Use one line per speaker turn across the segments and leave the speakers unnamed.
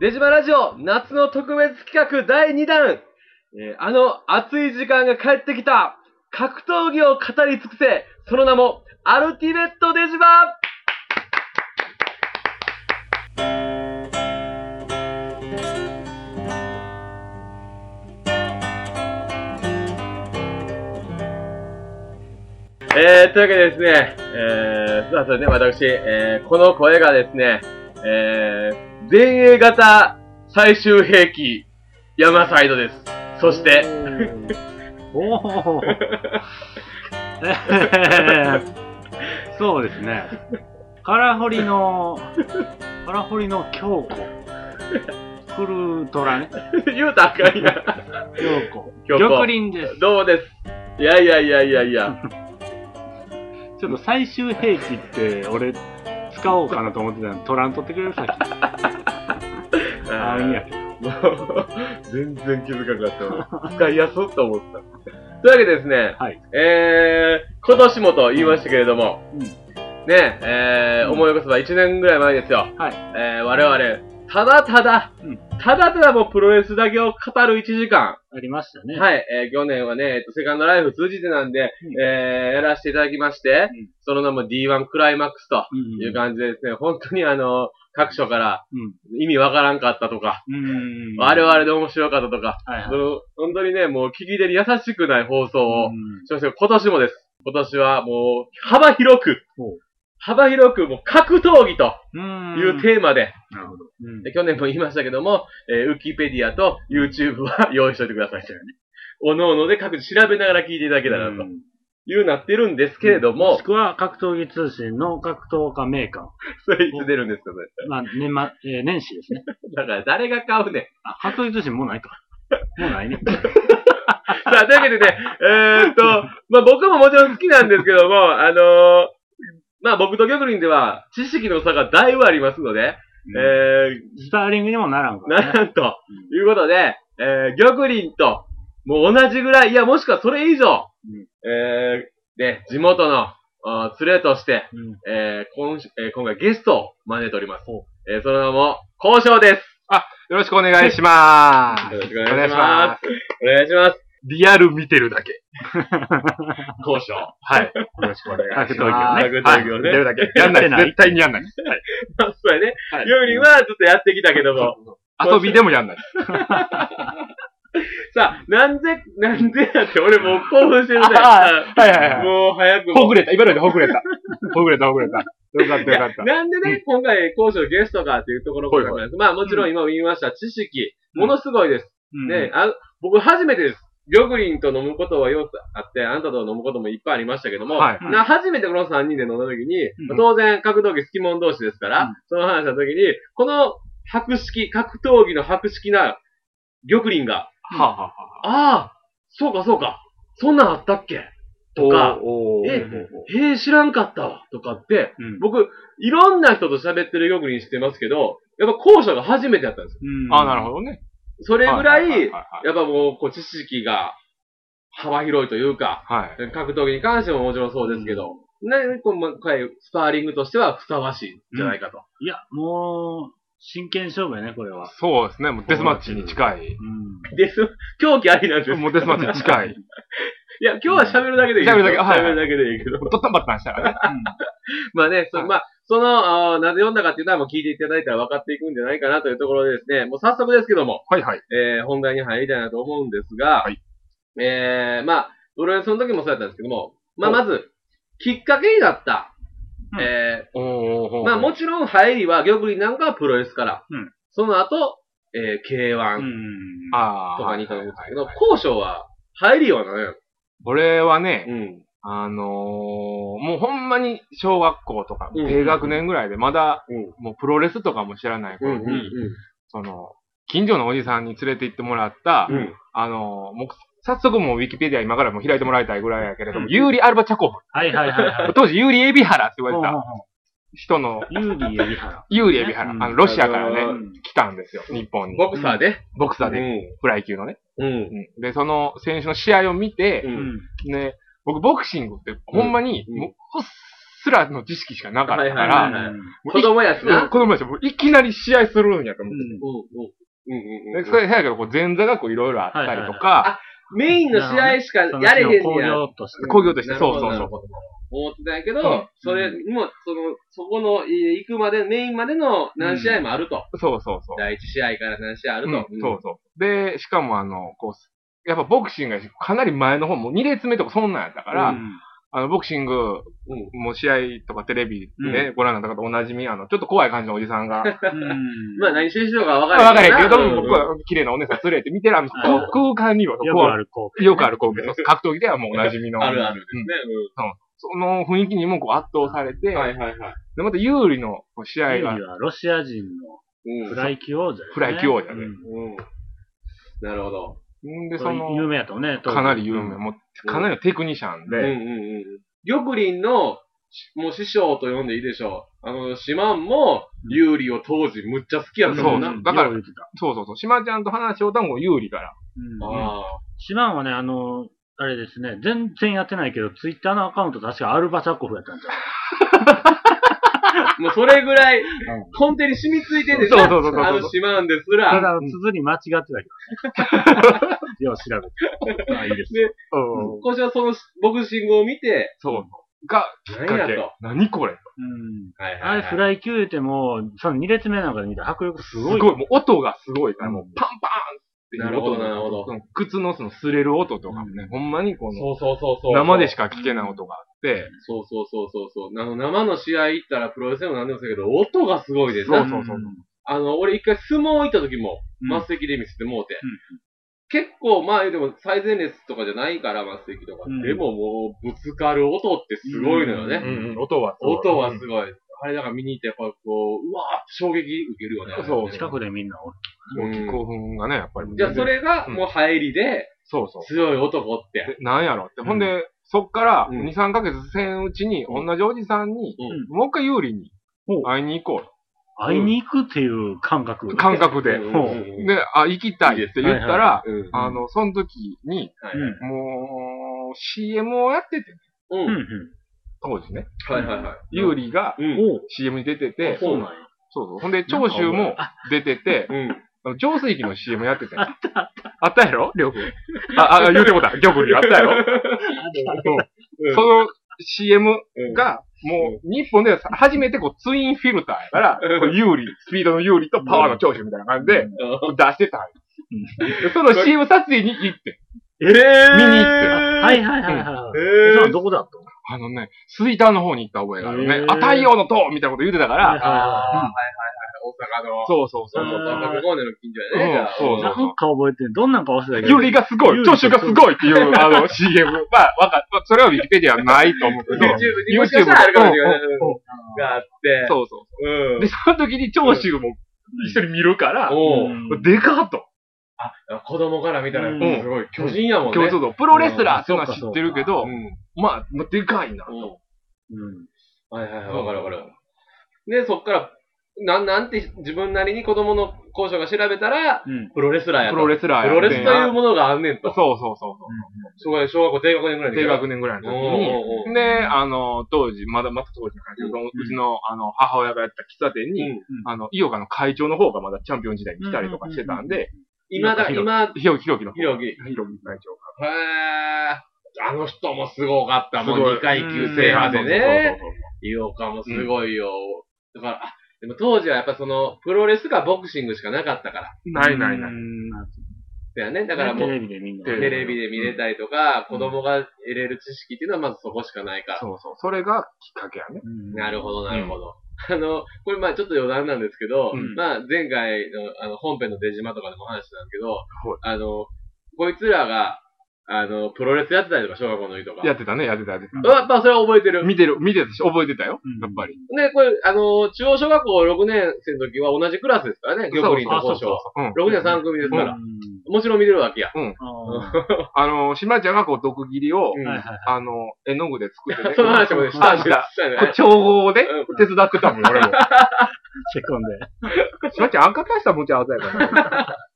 デジマラジオ夏の特別企画第2弾、えーあの熱い時間が帰ってきた格闘技を語り尽くせその名もアルティメットデジマえー、というわけでですね、えー、さあ、それで私、えー、この声がですね、えー、前衛型最終兵器、山サイドです。そして、
おー。おーえーそうですね。カラホリの、カラホリの京子。クルトラね。
言うたらあかんや。
京子。
京子
玉林です。
どうですいやいやいやいやいや。
ちょっと最終兵器って俺使おうかなと思ってたの。トラン取ってくれるさっき。ああ、いいや。
もう、 全然気づかなかった。使いやそうと思った。というわけでですね、
はい。
えー、今年もと言いましたけれども、
うん。
ね、えー
うん
思い起こせば1年ぐらい前ですよ。
はい。
えー我々、ただただ、
うん
ただただもうプロレスだけを語る1時間。
ありましたね。い。
はい、えー去年はね、えっと、セカンドライフ通じてなんで、えーやらせていただきまして、
うん
その名も D1 クライマックスと
うん。
いう感じでですね、本当にあの、各所から
うん。
意味わからんかったとか、
うん。
あれはあれで面白かったとか、
はい
その、本当にね、もう聞き手に優しくない放送を、
うん
そして今年もです。今年はもう、幅広く
ほう、
幅広くもう格闘技と
うん。
いうテーマで、
なるほど。うん
で去年も言いましたけども、えーウィキペディアと YouTube は用意しておいてください。おのおので各自調べながら聞いていただけたら
う
と
ん
いうなってるんですけれど
も
も
し、くは格闘技通信の格闘家メーカー。
それいつ出るんですかね。
まあ、年末、えー年始ですね。
だから誰が買うねん。
あ、格闘技通信もうないか。もうない ね。
さあ、というわけでね、えーっと、まあ僕ももちろん好きなんですけども、あのーまあ僕と玉林では知識の差がだいぶありますので、
うん
え
スパーリングにもならんか
ー、
ら、ね。
なんと、いうことで、えー、玉林と、もう同じぐらい、いや、もしくはそれ以上、
うん
えー、ね、地元の、あー連れとして、
うん
えー、今週、えー今回ゲストを招いております
ほ。
えー、その名も、交渉です。
よろしくお願いしまーす。
よろしくお
お
願
願
い
い
し
し
ま。
ます
お願いします。
リアル見てるだけ。
交渉。
はい。
よろしくお願
格
いし
闘技を
ま
ね。
す。
格闘技をね
はい見てるだけ。やんな
やって
い。
ない
絶対にやんな い。
そうやね。
はい
よりは、ちょっとやってきたけども。
遊びでもやんない。
さあ、なんで、なんでやって、俺もう興奮してるね。
あはいはいはい。
もう早くも。
ほぐれた。今のでほぐれた。ほぐれた、ほぐれた。よかった、よかった。
なんでね、今回、講師のゲストかっていうところから
はい
なんですまあ、もちろん今も言いました、知識、
うん
ものすごいです。
うん
ね、あ僕初めてです。玉林と飲むことはよくあって、あんたと飲むこともいっぱいありましたけども、
はい
な初めてこの3人で飲んだ時に、
うん
当然、格闘技好き者同士ですから、
うん
その話した時に、この白式、格闘技の白式な玉林が、
はあはあはあ。
ああ、そうかそうか、そんなんあったっけとか、
おーおー
え
おーおー
へえ、知らんかったわ、とかって、
うん
僕、いろんな人と喋ってる玉林してますけど、やっぱ後者が初めてだったんですよ。
うん
あなるほどね。
それぐらい、
はは
やっ
は
ぱもう、こう、知識が幅広いというか、
はい。はい
格闘技に関してももちろんそうですけど、ね、今回、スパーリングとしてはふさわしいんじゃないかと。
いや、もう、真剣勝負やね、これは。
そうですね。もうデスマッチに近い。
うん。
です、狂気ありなんですよ。
もうデスマッ チに近い。
いや、今日は喋るだけでいいですよ。
喋るだけはい
喋るだけでいいけど。
とったんばったんしたらね。
まあね、そ
はい
まあ、その、あーなぜ読んだかっていうのはもう聞いていただいたら分かっていくんじゃないかなというところでですね、もう早速ですけども、
はいはい。
えー、本題に入りたいなと思うんですが、
はい
えー、まあ、俺はその時もそうやったんですけども、まあ、
ほう
まず、きっかけになった、
うん
え
おーおー
ー、
おー
まあ、もちろん入りは、玉林なんかはプロレスから、
うん
その後、えー、
うん。う
K1
ん。
あ
と
ー
かに行ったと思うんですけど
はいはいはい、
高渉は、入りは何や
俺はね、
ろうん。
あのー、もうほんまに小学校とか、
うん
低学年ぐらいで、まだ
うん、
もうプロレスとかも知らない頃に、その、近所のおじさんに連れて行ってもらった、
うん。うん。
あのー、もう、早速もうウィキペディア今からもう開いてもらいたいぐらいやけれども、
うん
ユーリ・アルバ・チャコフ。
はいはいはいはい。
当時ユーリ・エビハラって言われ
ほうほう
た
ほ
人の、
うユーリー・エリハラ。
ユーリ・エビハラ。
うん
あの、ロシアから
う
ね、
ん
来たんですよ、日本に。
ボクサーで。
ボクサーで、
う
フライ級のね。
ん。うん。
うんで、その選手の試合を見て、
う。
うんん。
ね、僕ボクシングってほんまに、
うん
もう、うっすらの知識しかなかったか
はいはい
ら、
はい
もう
子供やし
うん
な。
子供たちもういきなり試合するんやと思って。
うんうんうん
でそれ、やけど、こう、前座がこう、いろいろあったりとか、
メインの試合しかやれへんね
工
や。
業として。
工業として、
なる
そ
ほど
うそう
な
そ
る
う
ほ。ど思ってたんやけど、
うん
それも、その、そこの、えー行くまで、メインまでの何試合もあると。
そうそうそう。
第一試合から何試合あると。
うんそうそう。で、しかもあの、こう、やっぱボクシングやし、かなり前の方、もう2列目とかそんなんやったから、
うん
あの、ボクシング、
うん
もう試合とかテレビでご覧になった方おなじみ、あの、ちょっと怖い感じのおじさ んが、
うん
まあ何してしようか分から
わか
へ
ら
ん
へんけど、
うん
僕は綺麗なお姉さん連れて見てる、あの、
はい
空間には、
よくあ
こ
る光
うよくある光景、そう格闘技ではもうおなじみ の。
あるあるですね。
その雰囲気にもこう圧倒されて、
うんはいはいはい。
で、また有利のこう試合
景
が
は、ロシア人の
うん
フライ級王者、ね。
フライ級王者ね
うん
うんなるほど。
んで、
こ
そ
れ有
の、
名やとね、当時
かなり有名、。もうかなりのテクニシャ
う
ン
んうん
で、
うん。玉林の、もう師匠と呼んでいいでしょう。あの、シマンも、有利を当時むっちゃ好きやったも
そ
ん
う
な。
んだから
よう言ってた
そうそうそう、島ちゃんと話し合うたんも有利から。
うん
ああ。
シマンはね、あの、あれですね、全然やってないけど、ツイッターのアカウント確かアルバチャコフやったんじゃ
もうそれぐらい、根底に染みついてて
そ
な
うそうそうそう
あのシマンです
うた
ら。
だ、綴り間違ってたけどね。よう調べて。まあいいです。
で、
うん
こちらその、ボクシングを見て、
そう。が、きっ
何や
か
と
け。何これ
うん。
はい
あれ、フライ級言うても、その2列目なんかで見たら迫力す
す
ご
ご
い
い。。もう音がすごいから、もうパンパーンっていう
な
音
るほどなるほど
その靴のその擦れる音とかもね、ほんまにこの、
そうそうそうそう。
生でしか聞けない音があって、
そうそうそうそうそう。あの、生の試合行ったらプロレスでも何でもそうやけど、音がすごいです
そう
な。
そうそう。
あの、俺一回相撲行った時も、
うん
末席で見せてもうて。
うん
結構、まあでも最前列とかじゃないから、末席とか。
うん
でももう、ぶつかる音ってすごいのよね。
うん
うん音はそう
音はすごい。あれだから見に行って、やっぱこう、うわー衝撃受けるよね。
そう
近くでみんな大き
もう興奮がね、やっぱり。
じゃあそれがもう入りで、
そうそう。
強い男って。
でなんやろって。
うん
ほんで、そっから、
うん
2、3ヶ月せんうちに、
うん
同じおじさんに、
う
もう一回有利に
ほう
会いに行こ
会いに行くっていう感覚。
う。感覚で。
うんうん
で、あ、行きたいって言ったら、
うん
あの、その時に、
は
う
い
ん。
はい
もう、CM をやってて、
う。
うんん。
当時ね。
はいはいはい。
有利が
うん。
おう
CM に出てて、
そ
な
う
んや。
そうそう。ほんで、長州も出てて、
うん。
あの浄水器の CM やってたよ。あったあった。あったやろりょうくん。あ、あ、言うてもうた。りょうくんにあったやろ
うん
その CM が、もう、日本では初めてこう、ツインフィルターやから、こう有利、スピードの有利とパワーの長州みたいな感じで、出してたんよでその CM 撮影に行って。
ええー
見に行
はい
い。
はいはいはい。
え
そ
え
れはどこだったの
あのね、スイターの方に行った覚えがある
へー
ね。あ、太陽の塔みたいなこと言ってたか
はい
ら、
あ
は
あ、はいはいはい。大阪の。
そうそうそう
そうそう、
あー
大阪方面の近所やね。じゃあ
そう
い
そ
はい。なんか覚えてる。どんなんか忘れたけど。
有利がすごい、長州がすごいっていう、あの、CM。まあ、わかっまあそれはウィキペディアはないと思うけ
YouTube
ど。
にもしかしたらあるかもしれない。
うん
うんがあって。。
そうそうう。
ん
で、。その時に長州も一緒に見るから、
お
う
う
ん
でかっと。
子供から見たら、
うん
すごい、巨人やもんね。
今日そうそう、プロレスラーっていうのは知ってるけど
う、ん。
まあ、まあでかいな。
うん
うん。
はいはいはい、わかるわかる。で、そっから、なん、なんて自分なりに子供の校長が調べたら、
うん。
プロレスラーやと。
プロレスラー
プ
や
ロレスという
も
ものがあんねんと。
そうそうそうそ。
小学小学校低学年ぐらいうの
低
時
学年ぐらいの時に。
おうおうおう
で、あの、当時、まだ、また当時の話だけど、
う
うちの、あの、母親がやった喫茶店に、
うん
あの、井岡の会長の方がまだチャンピオン時代に来たりとかしてたんで、
今だ、
ひろ
今、
ひろきひろきの方。
ひろき
ひろき会
へ
長
ーあの人もすごかったもん、
すごい
2階級制
制
覇
覇
で
で
ね
ね。。
井岡もすごいよ。だから、あでも当時はやっぱその、プロレスかボクシングしかなかったから。
ないないない。
だよね。だからも
テレ
う、
ビでみんな。
テ
テレビで見れたりとか、子供が得れる知識っていうのはまずそこしかないから。
そうそう。それがきっかけやね。
うん
なるほど、なるほど。あの、これまあちょっと余談なんですけど、
うん
まあ前回のあの本編の出島とかでも話したんですけど、あの、こいつらが、あの、プロレスやってたりとか、小学校の時とか。
やってたね、やってた、やってた。
うわやっぱそれは覚えてる。
見てる、見てたし、覚えてたよ
うん。
やっぱり。
ね、これ、あの、中央小学校6年生の時は同じクラスですからね、玉林と
そう
交
そう
渉。
うん。
6年3組ですか
う
ら。
ん
もちろん見てるわけや。
あ
あの、島ちゃんがこう、毒切りを
う、ん
ーはいはい。
あの、絵の具で作ってね。
その話もねしたんです
あした
したよ
こ
ね
う。調合で
うん
手伝ってたもん、俺 も。
チェコンで。
島ちゃん赤出したらもちろん鮮やかな。
と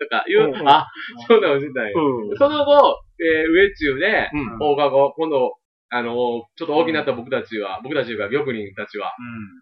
か言う
う、ん
あ、そうなのしてたんや。
うん。
その後、えー、上中で、
うん。
大川後、今度、ああの、ちょっと大きなった僕たちは、僕たちが玉人たちは、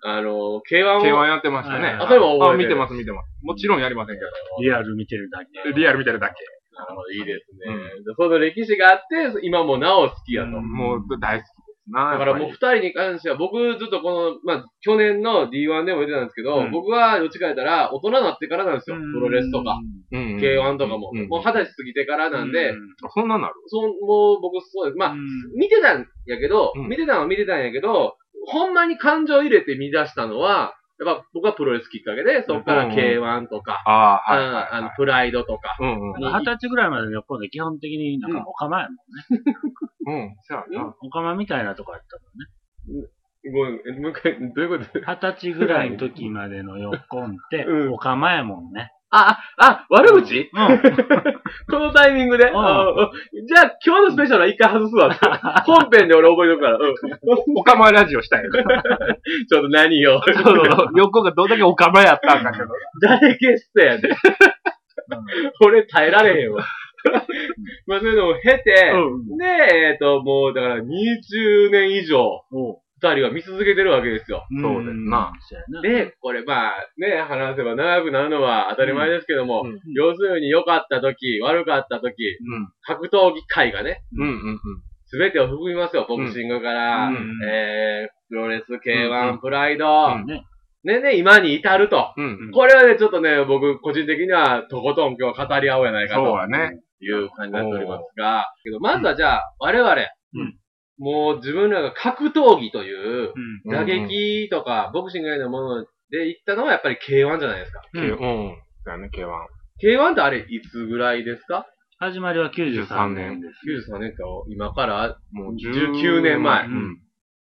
う
あの、K1 を、
K1 やってましたね。
はい
あそういえば覚えてる
見てます、見てます。もちろんやりませんけ
ん。リアル見てるだけ。
ど。リアル見てるだけ。
なるほどいいですね。その歴史があって、今もなお好きやと。
うん
もう大好きですな。
だからもう
やっ
二人に関しては、僕ずっとこの、まあ、去年の D1 でも言ってたんですけど、
うん
僕はどっちか言ったら、大人になってからなんですよ。プロレスとか、
ぱり、うん
K1 とかも。
うん
もう二十歳過ぎてからなんで、
う
そんなんなる
そう、もう僕そうです。まあ、
うん
見てたんやけど、
うん
見てたのは見てたんやけど、ほんまに感情入れて見出したのは、やっぱ僕はプロレスきっかけで、そこから K1 とか、
ああ、
あ
はいはい。
あの、プライドとか、
うんうん。
二十歳ぐらいまでの横で基本的になんかお釜やもん
うん。そうやな。
お釜みたいなとこやったもんね。
ごめん、えもう一回、どういうこと
二十歳ぐらいの時までの横って
う、ん
お釜やもんね。
あ、あ、あ、悪口、
うん。
このタイミングで、
ん
ああじゃあ今日のスペシャルは一回外すわ。本編で俺覚えとくから。うん
おかまラジオしたいよ。
ちょっと何を。
そうそう。横がどんだけおかまやったんだけど。
誰ゲストやで。俺耐えられへんわ。まあそういうのを経て、
う
で、えっ、と、もうだから20年以上、
おう
二人は見続けてるわけですよ。
そうですな。
そうやな。
で、これまあね、話せば長くなるのは当たり前ですけども、
うんうん
要するに良かった時、悪かった時、
うん。
格闘技界がね、
うんうん
すべてを含みますよ、ボクシングから、
うん
うん
えー、プロレス、
うん
K1、
うん
プライド、
うん
ね。
ねね、今に至ると。
うん。うん。
これはね、ちょっとね、僕、個人的には、とことん今日は語り合おうやないか
そう
と
やね。
いう感じになっておりますが、けど、まずはじゃあ、我々、
うん
もう自分らが格闘技という、
うん。
うん
打撃とか、ボクシングよりのもので行ったのはやっぱり K1 じゃないですか。
K- うん。そうやね、K1。
K1 ってあれ、いつぐらいですか
始まりは93年です。
?93 年か、今から、
もう
19年前
うん。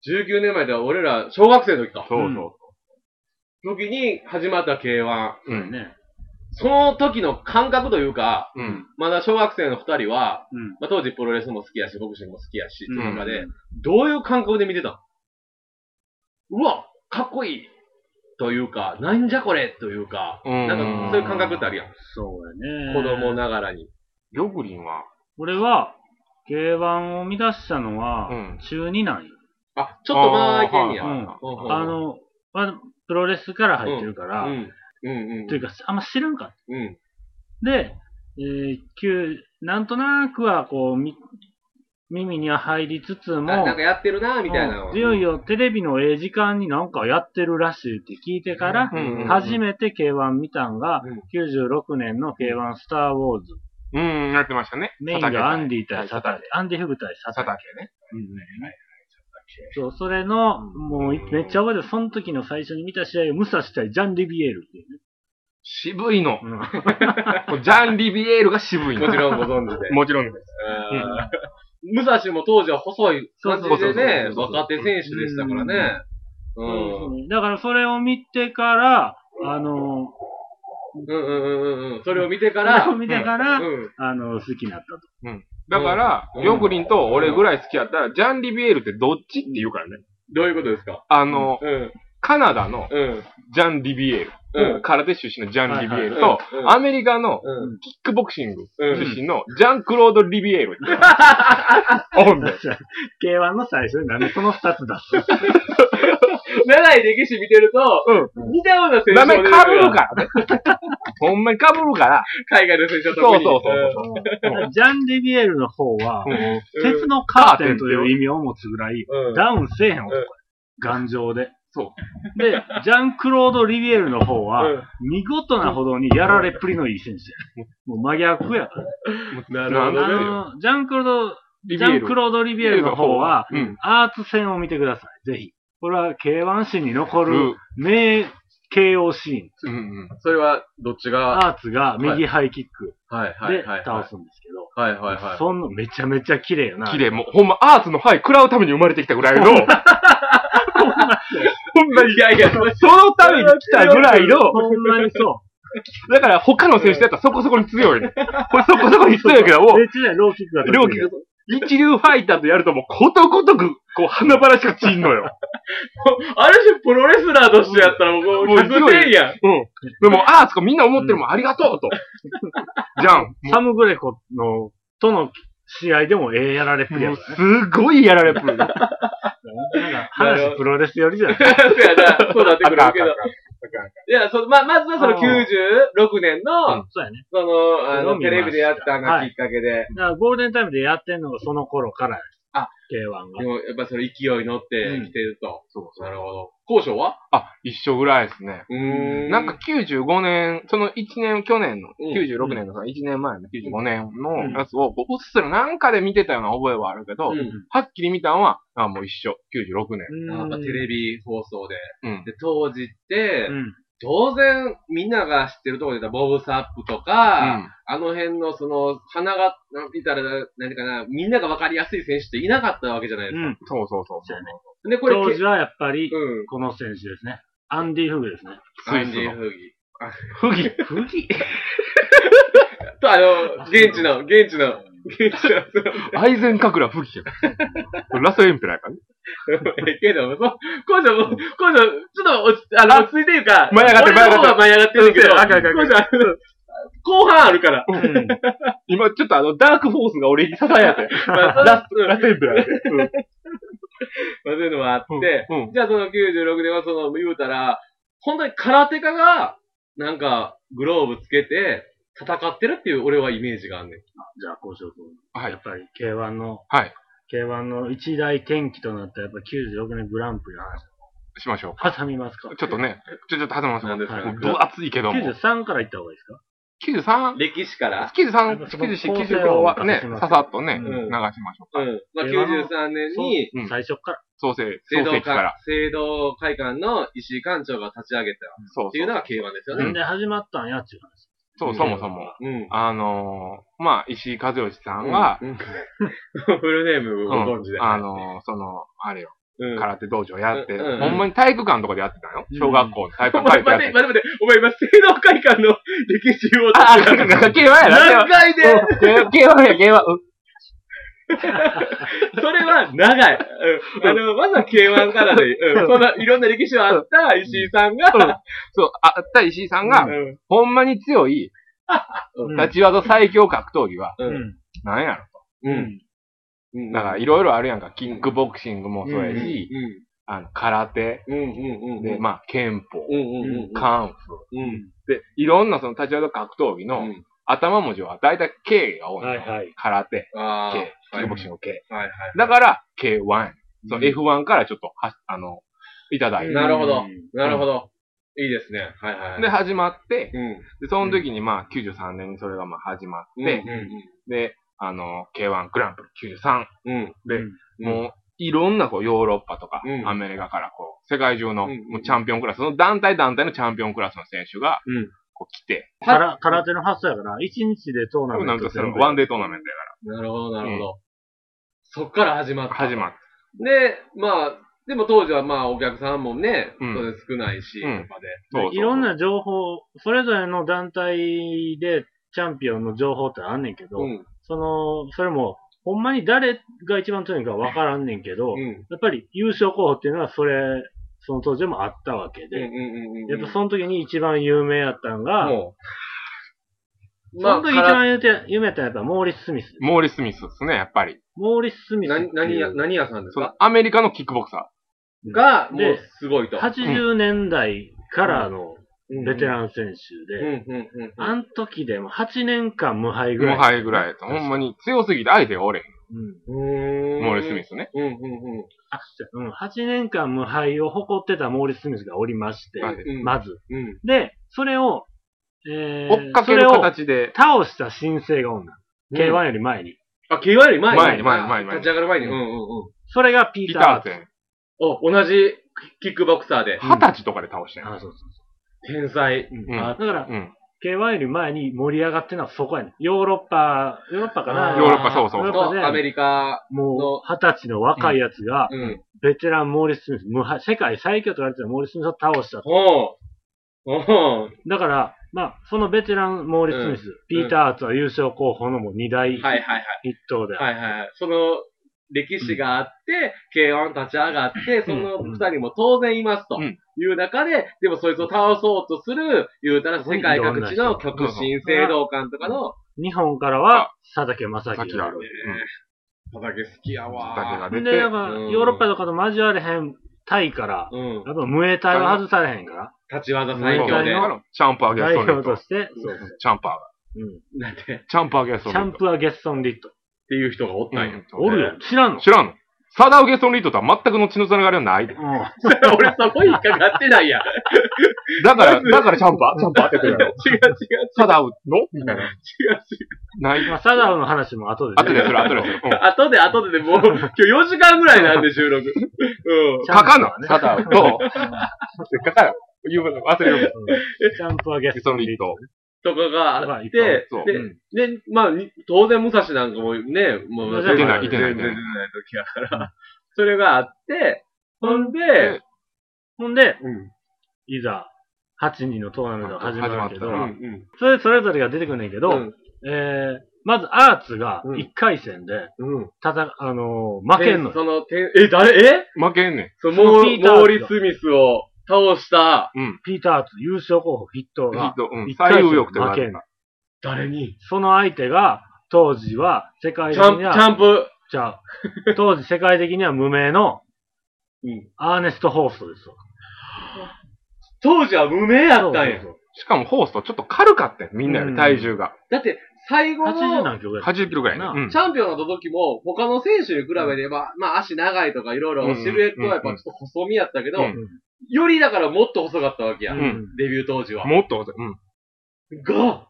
19年前で俺ら、小学生の時か。
そうそ
時に始まった K1。
う。うん。
ね。
その時の感覚というか、
うん。
まだ小学生の二人は、
うん。
まあ、当時プロレスも好きやし、ボクシングも好きやし、っていう中で
うん、
どういう感覚で見てたのうわ、かっこいいというか、なんじゃこれというか、
うん
なんかそういう感覚ってあるやん。
そうやね。
子供ながらに。
ヨグリンは、
俺は、K1 を生み出したのは
うん、
中2なんよ。
あ、ちょっと間空いてんねや。
あーは
う
い
んうんうん
あの、まあプロレスから入ってるから、
うん。うんうん。
というか、あんま知らんかった。
うん。
で、えー、旧なんとなくは、こう、み耳には入りつつ
あ
も、
なんかやってるな、みたいなの
う
は。
んいよいよテレビのええ時間になんかやってるらしいって聞いてから、
うんうんうん
初めて K1 見たんが、
うん
96年の K1 スター・ウォーズ。
うん、やってましたね。
メインがアンディ
は
対
い
サタデー。アンディ・フグ対サタ
佐
デー。
竹ね。
そう、それの、もうい、めっちゃ覚えてる。その時の最初に見た試合をムサシ対ジャン・リビエールっていうね。
渋いの。
うん
ジャン・リビエールが渋い
も
の
ち。ろんご存知で。
もちろんです。
あー 武蔵も当時は細い感じでね、
そうそうそうそう
若手選手でしたからね。う
そうです
ん。
ねだからそれを見てから、あの、
うんうんうんうんうん。それを見てか
そ
ら、
れ
う
を
ん。
見てから、あの、好きになったと。
だから
う、ん
ヨグリンと俺ぐらい好きやったら、ジャン・リビエールってどっちって言うからね。
どういうことですか
あの、
うん。
カナダの
うん。
ジャン・リビエール、
うん
空手出身のジャン・リビエール
はい
と
はいうんう、ん
アメリカの
うん。
キックボクシング
うん
出身のジャン・クロード・リビエールって おんねん
K1 の最初になんでその二つ出す
長い歴史見てると、似たような選手
名
も出
前
てく
被
る
る
やん
からね。ほんまに被るから。
海外の選手
そ
は
う
特
そう
に。
そう
うん
そう。
ジャン・リビエルの方は、
うん
うん
鉄のカーテンという意味を持つぐらい、
うん
ダウンせえへん男
うん
や。頑丈で。
そ
で、ジャン・クロード・リビエルの方は、
うん
見事なほどにやられっぷりのいい選手や。もう真逆やから。
なる
なんで
ほど
よ
ね。
あの、ジャン・クロード、
リ
ジャン・クロード・リビエルの方は、
うん
アーツ戦を見てください。ぜひ。これは K1 史に残
うん
る名 KO シーン。
うんうん
それは、どっちが、
アーツが右ハイキック
はいはい
で
はいはい。
倒すんですけど、
はいはいはい。
そんなめちゃめちゃ綺麗よな。
綺麗。もうほんまアーツの牌食らうために生まれてきたぐらいの、
ほんまに。いやいや、
そのために来たぐらいの、
ほんまにそ
だから他の選手だったらそこそこに強いね。これそこそこに強いけども
う。、めっちゃね、ローキックが得意
両家が一流ファイターとやるともうことごとく、こう、花々しく散んのよ。
ある種プロレスラーとしてやったら、もう
もう
100点やん。
うん。でも、ああ、つかみんな思ってるもん、ありがとうと。じゃん。
サム・グレコの、との試合でもええやられっぷりや
もう
か
すごいやられっぷり。
らね。話プロレスよりじゃない。
そうやな、そうなってくるけど。
う
いや、その、ま、まずはその
あー
96年の、
そうやね。
その、あ
それを
の、
見
テレビでやったのが
ました
きっかけで、
だからゴールデンタイムでやってんのがその頃からや。
あ、
K1
で
が。
もやっぱその勢いに乗ってきてると。
そうそう
なるほど。交渉は
あ、一緒ぐらいですね。
うーん。
なんか、95年、その1年、去年の、
うん
96年の、1年前の95年
う
の
ん
やつを、うっすらなんかで見てたような覚えはあるけど、
うん。
はっきり見たのは、あ、もう一緒。96年。
やっぱテレビ放送で。
うん。
で、当時って、
うん。
当然みんなが知ってるところで言ったらボブサップとか、あの辺のその、鼻が、なんて言ったら、なんていうかな、みんながわかりやすい選手っていなかったわけじゃないです
う
か。
ん。
そうそうそうそう。
で、これ、
当時はやっぱり
け、うん。
この選手ですね。アンディ・フグですね。
スイ
ス
ス
の
の。
フギフギ
と、あの、現地の、現地の、現地の、その、
アイゼンカクラ不義や。ラストエンペラーやからね。
ええけど、そう、今度、今度、ちょっと落ち、あの、落ち着いてるか、
舞い上がってる
俺の方が舞い上がってるけど、
そうそうあかんあかんあかん
今度あの後半あるから、
うん。
今ちょっとあの、ダークフォースが俺に支えやって。
まあ、そう
ラ
うんまあ
ラストエンペラーやって。
そういうのもあっ
うん
て、
うん
じゃあその96年はその、言うたら、本当に空手家が、なんか、グローブつけて、戦ってるっていう俺はイメージがあんねん。
じゃあ、交渉君。
は
や
い
っ。ぱり K1 の、
はい。
K1 の一大転機となった、やっぱ96年グランプリの話。
しましょ
挟みますか
う。ちょっとね、ちょ、ちょっと挟みます
なんです
はい
か
もう分厚いけども。
93から行った方がいいですか
93?
歴史から、
93、
なんかその
94、
構成
95
を
はね、
出します
ささっとね、
うん
流しましょう
う
か。
ん。まあ、
令和の
93年に、
うん
最初から。
創世、
聖
創
堂
世記から。
か、聖堂会館の石井館長が立ち上げたっ
そう
ていうのが K1 ですよ
なん
ね。
で始まったんやっていう話。
そう、そもそも。
うん。
あのー、まあ、石井和義さんは、
うん、 フルネームご
う
存知で。
んあのー、その、あれよ、
うん
空手道場やって、
うんうんうん
ほんまに体育館とかでやってたよ。
うん
小学校の体
お
育
前
館
待っ
でや
て、
ってた。
待って待って、お前今、聖堂会館の歴史を、
あ、あ、なんか、K1 やな
何。回で、
K1 や、K1。うん
それは長い。うん、あの、まずは K1 からで、うん、そんな、いろんな歴史があった石井さんが、
そう、ああった石井さん
う
が、
ん、
ほんまに強い、
うん
立ち技最強格闘技は、
う、
うんん。
なんや
うん、うん、
ろ。だから、
い
いろいろあるやんか。キックボクシングもそうや
い
し、
し、
あの、空手、
うん、うん、うん、
で、まあ、憲法、
うん、うん、うん、うん、
カンフ
うん、
ー。で、いろんなその立ち技格闘技
う
の
ん
頭文字は大体 K が多いの。
はいはい。
空手、
あ
K、
あ、
キッ
はい
クボクシング K。
はい、はい。
だから、K1。その
うん
F1 からちょっと、は、あの、いただいて。
なるほど
うん
なるほど。いいですね。はい、はい。
で、始まって、
うん、
で、その時にまあ、93年にそれがまあ始まっ
うん、
て、
う
で、あの、K1 グランプリ93。
ん、うん、
で、
うん
もう、いろんなこう、ヨーロッパとか、
うん
アメリカからこう、世界中の
うんうん
もうチャンピオンクラス、その団体団体のチャンピオンクラスの選手が、
うん
こう来て、
から空手の発想やから、一日でトーナメ
なん
ント
かその
全部
ワンデートーナメント
なるほど、なるほど。そっから始まっ
や
た。
から始まって、
で、まあ、でも当時はまあお客さんもね、
うん
当然少ないし、
うん
とかで。
そうそう
いろんな情報、それぞれの団体でチャンピオンの情報ってあんねんけど、
うん。
その、それも、ほんまに誰が一番強いのかわからんねんけど、
うん。
やっぱり優勝候補っていうのはそれ、その当時でもあったわけ
うん。
で、
うん。うん。
やっぱその時に一番有名やったんが、
もう。
その時一
から
番有名有名やったのはやっぱモーリス・スミス。
モーリス・スミスですね、やっぱり。
モーリス・スミスってい
何、
う。
何や、何屋さんです
その
か
アメリカのキックボクサ
が、もう
です
ごいと。
80年代からのベテ
ン。
ラン選手
う
で、
ん。うん。うん。
あの時でも8年間無敗
ー、
ぐらい。
無敗ぐらいやと。ほんまに強すぎて相手がおれ
うん。
う
へ
ん。
ん。モーリス・スミスね。
ス。うん。うん。うん。
あ、そうやうん。8年間無敗を誇ってたモーリス・スミスがおりまして、
はい
うん
まず。
うん。
で、それを、えー
追っかける形で、
それを倒した新星がおんな。K1 より前に。
あ、K1 より前に。
前に前に前に前に
立ち上がる前に。う。
うんん
うん。うん。
それがピ
ピ
ー
タ
タ
ー
ー・
セ
アーツ。
ン。
お、同じキックボクサーで。
二十歳とかで倒してん。
あ、そうそう
天才。
そう。
うん
あだから、
うん。
K1 より前に盛り上がってるのはそこやねん。ヨーロッパ、ヨーロッパか
あ
な。
ヨーロッパそうそうそう
ヨーロッパ
と、アメ
で、
リカ。
もう、二十歳の若いやつが、
うん。
ベテランモーリス・スミス、無敗、世界最強と言われてたモーリス・スミスを倒した。
おう。おう。
だから、まあ、そのベテランモーリス・スミス、ピーター・アーツは優勝候補のもう二大
はいはいはい。
一頭で、
はいはいはい。その歴史があって、K1 立ち上がって、その二人も当然いますと
うん
いう中で、でもそいつを倒そうとする、言うたら世界各地の
いろんな人
極真聖堂館とかの
日本からは佐竹正
先
樹が
があ
ある
る。。
畑好きやわ
畑が
で、
出て。
やっぱ
うん
ヨーロッパとかと交われへんタイから、
うん
や。っぱムエタイは外されへんから、
立ち技最
最
強
強
で。
ね
で。チャンパーゲ
代
スト
表
リ
と
ート。
して、そうそう。
チャンパーが。
うん。
なんて、っ
チャンパーゲ
チ
ストリ
ャ
ー
ン
ト。
プはゲスソンリット。
ていう人がおったんや。
おるよ。知らんの
知らんのサダウゲストンリートとは全くの血のつながりはないで。
う
俺そこに引っかかってないや。
だから、 だからチャンパーチャンパーって言ってるやろ。
違う違う
サダウの
ん。
みたいな。
違う
ない
まあ、サダウの話も後で、
後でする、後でする。う
違
ん
う。後で後ででもう、今日4時間ぐらいなんで収録。うん。
チャンプは
書か
ね
な、サダウと、書かな。言うこと忘れる。
うんチャンプはゲス
そ
ト
の
リ
リ
ッ
ッ
ト
ト。
とかがあって、で
そう、
うん
で、まあ、に当然武蔵なんかもね、もう、
出てない
全然
出て
ない
全然出てない時やから、それがあって、ほんで、
ほんで、
うん。
いざ、8人のトーナメントが始まるけど、
始
う
ま
ん。うん。
それでそれぞれが出てくるんだけど、
うん
えー、まずアーツが
うん
1回戦で、
うん。
たた、あのー負けんの
え
よ。
その、てえ、誰え
負けんねん。
その
その
モ
ピ
ー
ーター
モーリス・ミスを倒した、
ピーターアーツ優勝候補筆頭
き
が
っ、と、うん
一回
最
戦
有力と言
負
わ
け
れ
ん
た
の。。
誰に
その相手が、当時は世界
チ
的
ャンプ、チ
には、
ャンプ。
ちゃう当時世界的には無名の
うん。
アーネスト・ホーストですわ。
当時は無名やったんや
そう。そう
しかもホーストちょっと軽かったよ、みんなより体重が。
だって、最後
そう80
の、
何キロぐらい。
80キロぐらいね。
なあ
うん
チャンピオンの時も、他の選手に比べれば、まあ足長いとかいろいろ、シルエットはやっぱちょっと細身やったけど
うん、
よりだからもっと細かったわけや。
う
デ
ん。
ビュー当時は。
もっと、うん。
が、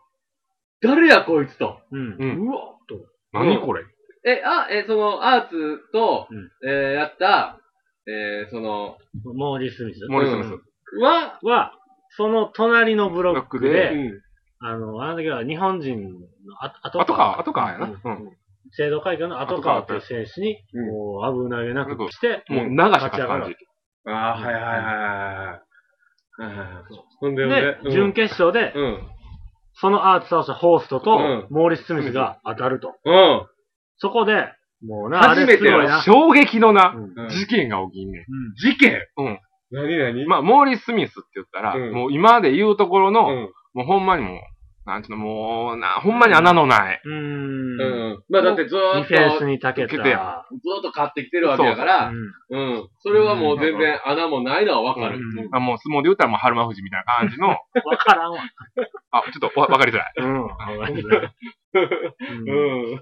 誰やこいつと。
うん。
うん
うわっと。
何これ
え、あ、え、その、アーツと
うん、
えーやった、えーその、
モーリー・スミス。
モーリースミ
は、
は、その隣のブロック
ブロッ
う
ク
で、
ん。
あの、あの時は日本人のあ
ス。
後
後か、後かやな。
う
うんん。
制度改革の後川という選手に、
うん
もう危なげなくして、
うん
もう流しかった感じ。
ああ、
うん
はいはいはいはいはいはいはい。ほんで、ほん
で、準
で、
決勝で
う、ん。
そのアーツ倒したホーストと
うん、
モーリス・スミスが当たると。
うん。
そこで、もうな、あ
初
れ
め
す
て
ご
や
い
ろ
な。
衝撃のな、
うん
うん
事件が起きんね
事件
うん。
何何
ん。まあ、モーリー・スミスって言ったら、
うん
もう今まで言うところの、
うん。
もうほんまにもう、なんちゅうの、もうな、ほんまに穴のない。
うーん。
うん。まあだってずー
ディ
っ
フェン
と
ス、にたけた。
た
う
け
ん
てや
ずーっと買ってきてるわけやから、うん。それはもう全然穴もないのはわかる。
うん
あもう相撲で言ったらもう春馬富士みたいな感じの、
わからんわ。
あ、ちょっとわわかりづらい。
うん。わかりづらいうん
うん。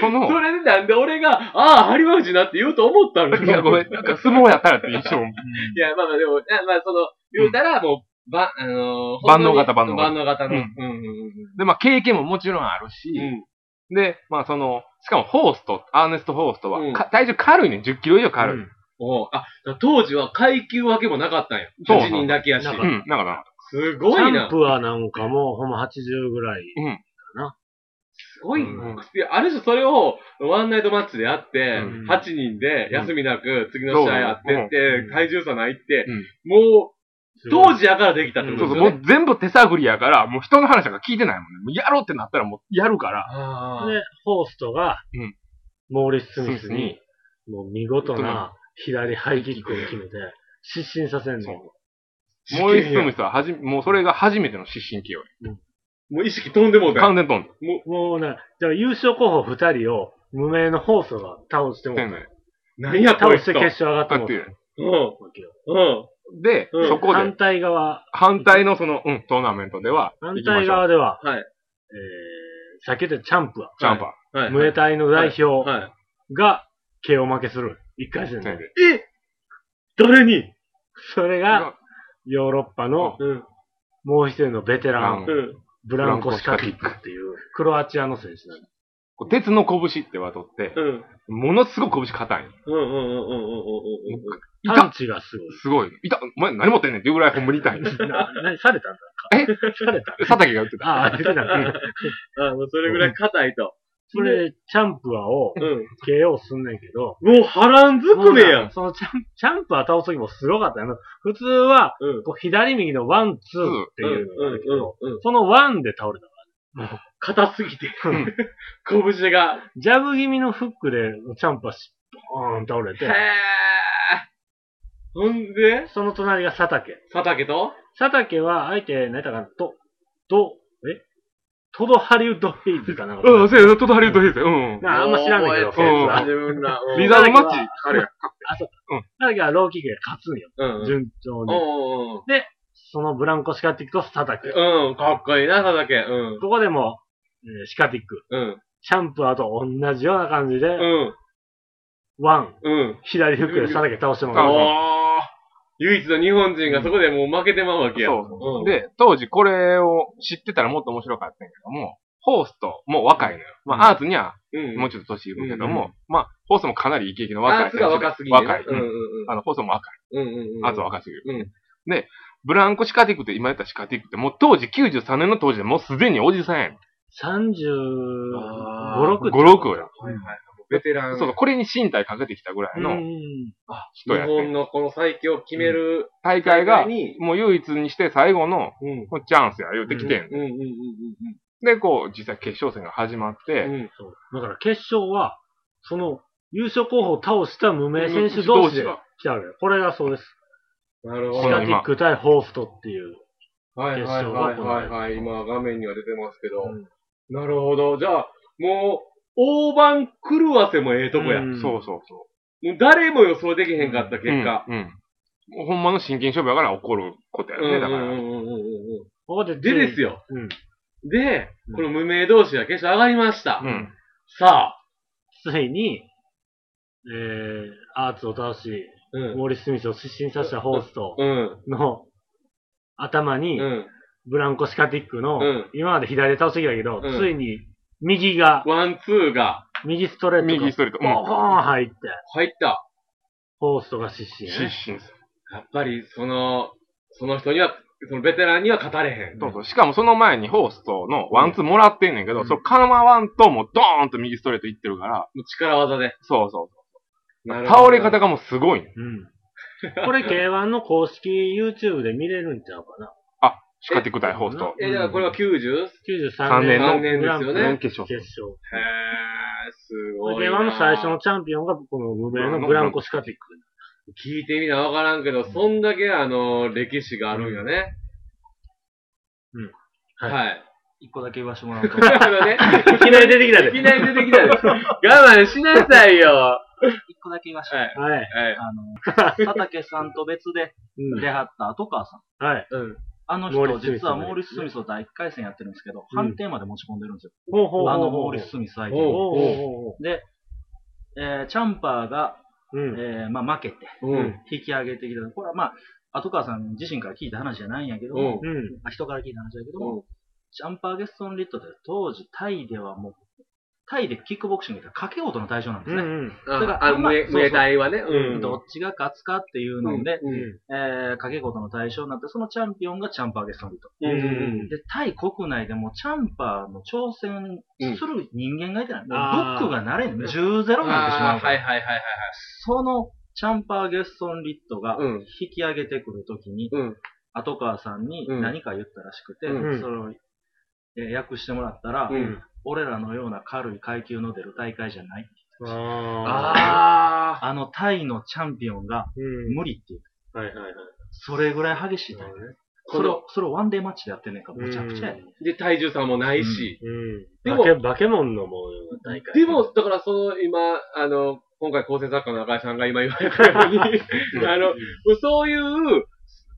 その、
それでなんで俺が、ああ、ハリマフジなって言うと思ったの
いや、ごめん、なんか相撲やったらって印象。
いや、まあまあでも、いやまあその、言うたらもう、ば、あのー、
万能型
本当に
万
万能型の。
う
うんうん
で、まあ、経験ももちろんあるし、
うん。
で、まあ、その、しかも、ホースト、アーネスト・ホーストは、
うん
か体重軽いねん、10キロ以上軽い。
おうあ、当時は階級分けもなかったんや。
そう
8人だけやし
な。
うんん、なんかな、
す
チ
ごい
ャン
な
プ。はなんかもうほんま80ぐらい。
すごいな。
うん
ある種それをワンナイトマッチでやって、
うん
8人で休みなく次の試合やってって、
うん
体重差ないって、
うん
も
す
う
ごい
当時やからできたってこ
そ
と
う
で
そ
す
う、も
よね。
う全部手探りやから、もう人の話なんか聞いてないもんね。もうやろうってなったら、もうやるから。
あー
で、ホーストが
うん、
モーリス・スミ
スミ
ス
ス
に
に、
もう見事な左ハイキックを決めて、失神させんの。
モーリス・スミスははじめ、もうそれが初めての失神起用
もう意識飛んでもうた
や。
よ
完全トン
もうね、じゃあ優勝候補2人を無名のホーストが倒しても
てん
う
のよ。
何やこ
倒
い
し
つ
て
と。
決勝上がって
だ
も
っ
う
て
た
いう。
うん。
わけよ
うん。
で、
うん
そこ
反
で、
対側、
反対のその、うん、トーナメントでは、
反
行きま
対
しょう。
側では、
はい
えー、先でチャンプは、
チャンパ
はい。
ムエタイの代表
は
が KO 負けする。一回戦
ー。
で。
い。え誰に
それが、ヨーロッパの
うん。
もう一人のベテラン
うん、
うん。
ブランコシカティックっていう、クロアチアの選手なの。
こう鉄の拳って渡って
う、ん。
ものすごく拳硬いの。
うんうんうんうんうんうんうん。
パン
痛
チがすごい。
すごい。痛っお前何持ってんねんっていうぐらいほんまに 痛い。
な、な、されたんだ
え
された
佐竹が打ってた。
ああ、出てた。
あ、もうそれぐらい硬いと。
それで、チャンプアを
うん
KO すんねんけど、
もう波乱ずくめやん。
そのチャン、チャンプア倒す時もすごかったよ。普通は、
うん。
こう左右のワン、ツーって
うん
いうのがあるけど、
うんうんうん。
そのワンで倒れた。
硬すぎて
うん。
拳が。
ジャブ気味のフックで、チャンプアし、ボーン倒れ
へ
て、
え。ほんで、
その隣が佐竹。
佐竹と
佐竹は相手、何だったかな、と、ど、えトドハリウッドヘイズかなんか。
うん、そうや、トドハリウッドヘイズ。うん。
なああんま知らないけど、
覚えてんな
うん
自分ら。うん
リザードマッチ、あれや。
あ、そう
う
か。だからローキックで勝つんよ。
うん。うん
順調に。
うん
そのブランコシカティックとスタタク。
うん。うん、かっこいいな、佐々木。うん。
ここでも、えーシカティック。
うん。
シャンプーと同じような感じで、
うん。
ワン、
うん。
左フックでスタタク倒してもらう。
おー。唯一の日本人がそこでもう負けてまうわけや。
そう。
で、
で、当時これを知ってたらもっと面白かったんやけども、ホースと、もう若いのよ。まあ、アーツには
うん。
もう
ち
ちょっと年いるけど
うんう
も、まあ、ホースもかなりイケイケの
ろん
若い
アーツが若すぎるね。
若い。
うんうん
あの、ホースも若い。
うん。うんうんうん。
アーツは若すぎる。
うん。
で、ブランコシカティックって今言ったシカティックって、もう当時93年の当時でもうすでにおじさんやん。
35、
あー
6
5、6をや。
はいはい。ベテラ
そ
ン。
うそう、これに身体かけてきたぐらいの
ん。
人
日
やって
本
ん。
のこの最強を決める
大会が、
に、
もう唯一にして最後の
うん。
もうチャンスや言うてきてん。
うんうんうん
で、こう、実際決勝戦が始まって、
うんうん。
そう。だから決勝は、その、優勝候補を倒した無名選手同士で
同士が
来たわけよ。これがそうです。
なる
シ
ほ
こ
ど。
カ
の
ティック対ホーストっていう。
はいはいはいはいはい。今画面には出てますけど。
うん
なるほど。じゃあ、もう、大盤狂わせもええとこや。も
う
うん
そうそうそ
誰も予想できへんかった
う。
結果。
うん。うんもうほんまの真剣勝負やから起こることや
うんう
ね、
んう
だ
ん
か
うん
ら。
うんうん
ここで
うん。でですよ。
うん。
で
う、ん
この無名同士が決勝上がりました。
うん。
さあ、
ついに、えー、アーツを倒し、
うん。
モーリス・スミスを失神させたホースト
うん。
の頭に
う、ん。
ブランコ・シカティックの
うん、
今まで左で倒してきたけど、
うん
ついに右が、
ワン、ツーが
右ストレートが
右ストレート。う
ボー
ん。
ン入って、
入った。
ホーストが失神
失
ね。
神する
やっぱり、その、その人には、そのベテランには勝たれへん。
そうそう。しかもその前にホーストのワンツーもらってんねんけど、
うん
それカマワンともうドーンと右ストレートいってるから、
もう力技で。
そうそうそう。
なるほ
倒
ど
れ方がもうすごいね。
うん。これ K1 の公式 YouTube で見れるんちゃうかな。
シカティック対ホースト。
え、だからこれは 90? へ
93
3
年
年
のグランプ
ですよ
リ
ね
の
準決勝。
決勝。
ー、すごいな。
K1 の最初のチャンピオンがこの無名のブランコ・シカティック。
聞いてみなわからんけど、そんだけあの、歴史があるんよね。
うん。はい
はい。
一個だけ言わせて もらうと。
だからね、
いきなり出てきた
い
で。
きなり出てきたで。 我慢しなさいよ。は
一個だけ言わせて
い。
もらう
はい。
はい。
と。佐竹さんと別で
うん
出会った後川さん。
はい。
うん。
あの
モーリ
人、
ススミス
実はモーリス・スミスを第一回戦やってるんですけど、
うん
判定まで持ち込んでるんですよ。
ほうほうほうほう。
あのモーリス・スミス相手
お
に。
ほうほうほ
で、えーチャンパーが、
う。うん。
えーまあ、負けて、
うん。
引き上げてきた。これはまあ、後川さん自身から聞いた話じゃないんやけど
うん
も、
うん。
まあ人から聞いた話だけど
う
も、チャンパー・ゲストン・リットで当時タイではもう、タイでキックボクシングって掛け事の対象なんで
う
すね。
ん。
だから
あ、あ、無
そう
栄
そう
無栄隊はね。うん。
どっちが勝つかっていうので、
うん
えー、掛け事の対象になって、そのチャンピオンがチャンパーゲストンリーと。
うんうん
で、タイ国内でもチャンパーの挑戦する人間がいてない。もう
あー
ブックがなれん。10-0になってしま
あ
う
ー
か
はい
ら。
はいはいはい。
そのチャンパーゲストンリットが
うん
引き上げてくるときに、
うん
後川さんに
うん
何か言ったらしくて、
うん
それを、えー訳してもらったら、
うん。
俺らのような軽い階級の出る大会じゃない。
ああ。
あ
あのタイのチャンピオンが
うん。
無理っていう。
はいはいはい。
それぐらい激しい大会。それを、それをワンデーマッチでやってんねんから、むちゃくちゃやね、
ー。で、体重差もないし。
うん。
で
で
も
も、バケモンのもう大会。
でも、だからその、今、あの、今回構成作家の中井さんが今言われたように、 あの、もうそういう、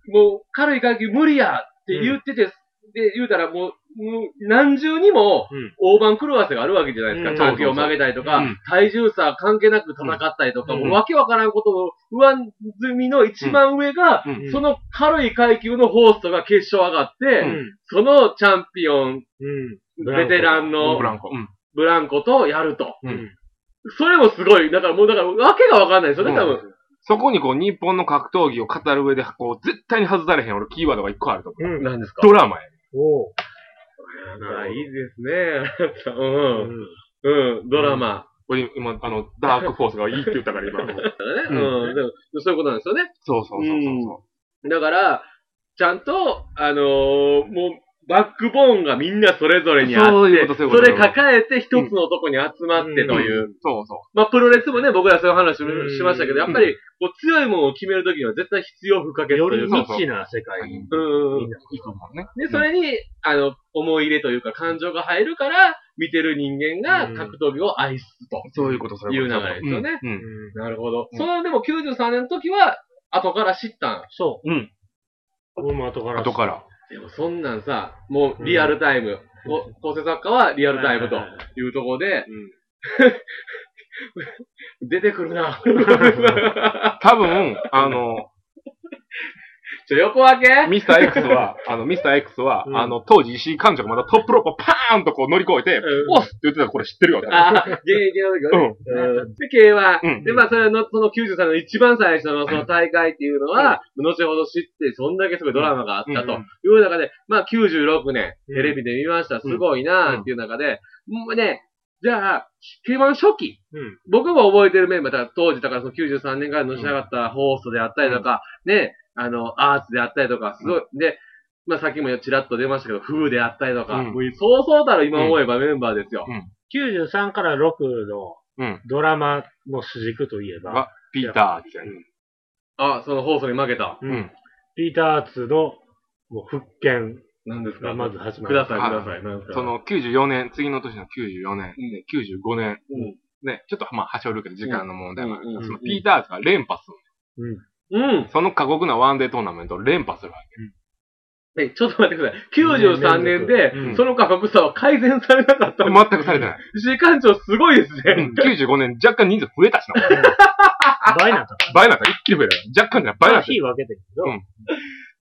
もう、軽い階級無理やって言ってて、で、言うたらもう、もう何重にも
うん、
大盤狂わせがあるわけじゃないですか。
うん
チャンピオン曲げたりとか、
うん
体重差関係なく戦ったりとか、
うん
もうわけわからんことの上積みの一番上が、
うん
その軽い階級のホーストが決勝上がって、
うん。
そのチャンピオン、
うん。
ベテランの
ブランコ。うん。
ブランコとやると。
うん。
それもすごい。だからもう、だから、わけがわかんないですよね、
うん
多分。
そこにこう、日本の格闘技を語る上で、こう、絶対に外されへん俺、キーワードが一個あると思う。
うん。
何です
ドラマやね。
おう。
あいい
い。
ですね。 あなたう。
うんん。
うん。ドラマ。
俺、今、あの、ダークフォースがいいって言ったから、今。
だからね。
うん
うん。でもそういうことなんですよね。
そうそうそうそうそう。
だから、ちゃんと、あのーもう、バックボーンがみんなそれぞれにあって、
そういうことそういうこと
れ抱えて一つの男に集まってという。
そうそ
まあ、プロレスもね、僕らそういう話
う
を
ん
しましたけど、やっぱり、こう、強いものを決めるときには絶対必要不可欠
よ
とい
り
う
ニ
か。
ッチな世界に
うんうんう
み
ん
ん。な
う。いいと思うね。
で、それに、あの、思い入れというか感情が入るから、見てる人間が格闘技を愛すと
そういうこと、そう
い
いうう
流
こと。
れですよね。
うん。うん
なるほど。
うん
その、でも93年の時は、後から知ったん。
そう。
うん。
俺も後から。
後から。
でもそんなんさ、もうリアルタイム。こ構成作家はリアルタイムと
はいはいは
いうところで、 出てくるな。
多分、あの、
ちょ、横分け
ミスター X は、あの、ミスター X は、
うん
あの、当時石井館長がまだトップロープをパーンとこう乗り越えて、
うん
オスって言ってたらこれ知ってるよ。
ああ、現役の時は
う
ね。
ん。
うんで、K は、
うん
で、まあ、それの、その93の一番最初のその大会っていうのは、後ほど知って、そんだけすごいドラマがあったという中で、まあ、96年、テ
うん
レビで見ました、すごいなーっていう中で、もうね、じゃあ、K1 初期、
うん
僕も覚えてるメンバー、だから当時、だからその93年からのし上がったホーストであったりとか、ね、あの、アーツであったりとか、すごい、で、まあ、さっきもちらっと出ましたけど、フーであったりとか、
うん
もうそうそうたる今思えばメンバーですよ。
93から6の
うん
ドラマの主軸といえば、
あピーターってやつ。
あ、そのホーストに負けた。
うん。
ピーター・アーツのもう復権
何ですか
がまず始ま
くだ
る。
さい、
はい
ください。なんか
そ、の94年、次の年の94年、で95年、
うん
ね、ちょっとまあ、はしょるけど、時間の問題もある
うんうん
そのピーターズが連覇する。
うん。
その過酷なワンデートーナメントを連覇するわ
え、ちょっと待ってください。93年で、
うん
その過酷さは改善されなかった
け。
んです。
全くされてない。
石井館長すごいです
う
ね。
ん95年、若干人数増えたしな。
倍になったか
倍なんか一気に増えた。若干じゃない倍
ら。ま
なん
あ、
か
火分けてるけど、
うん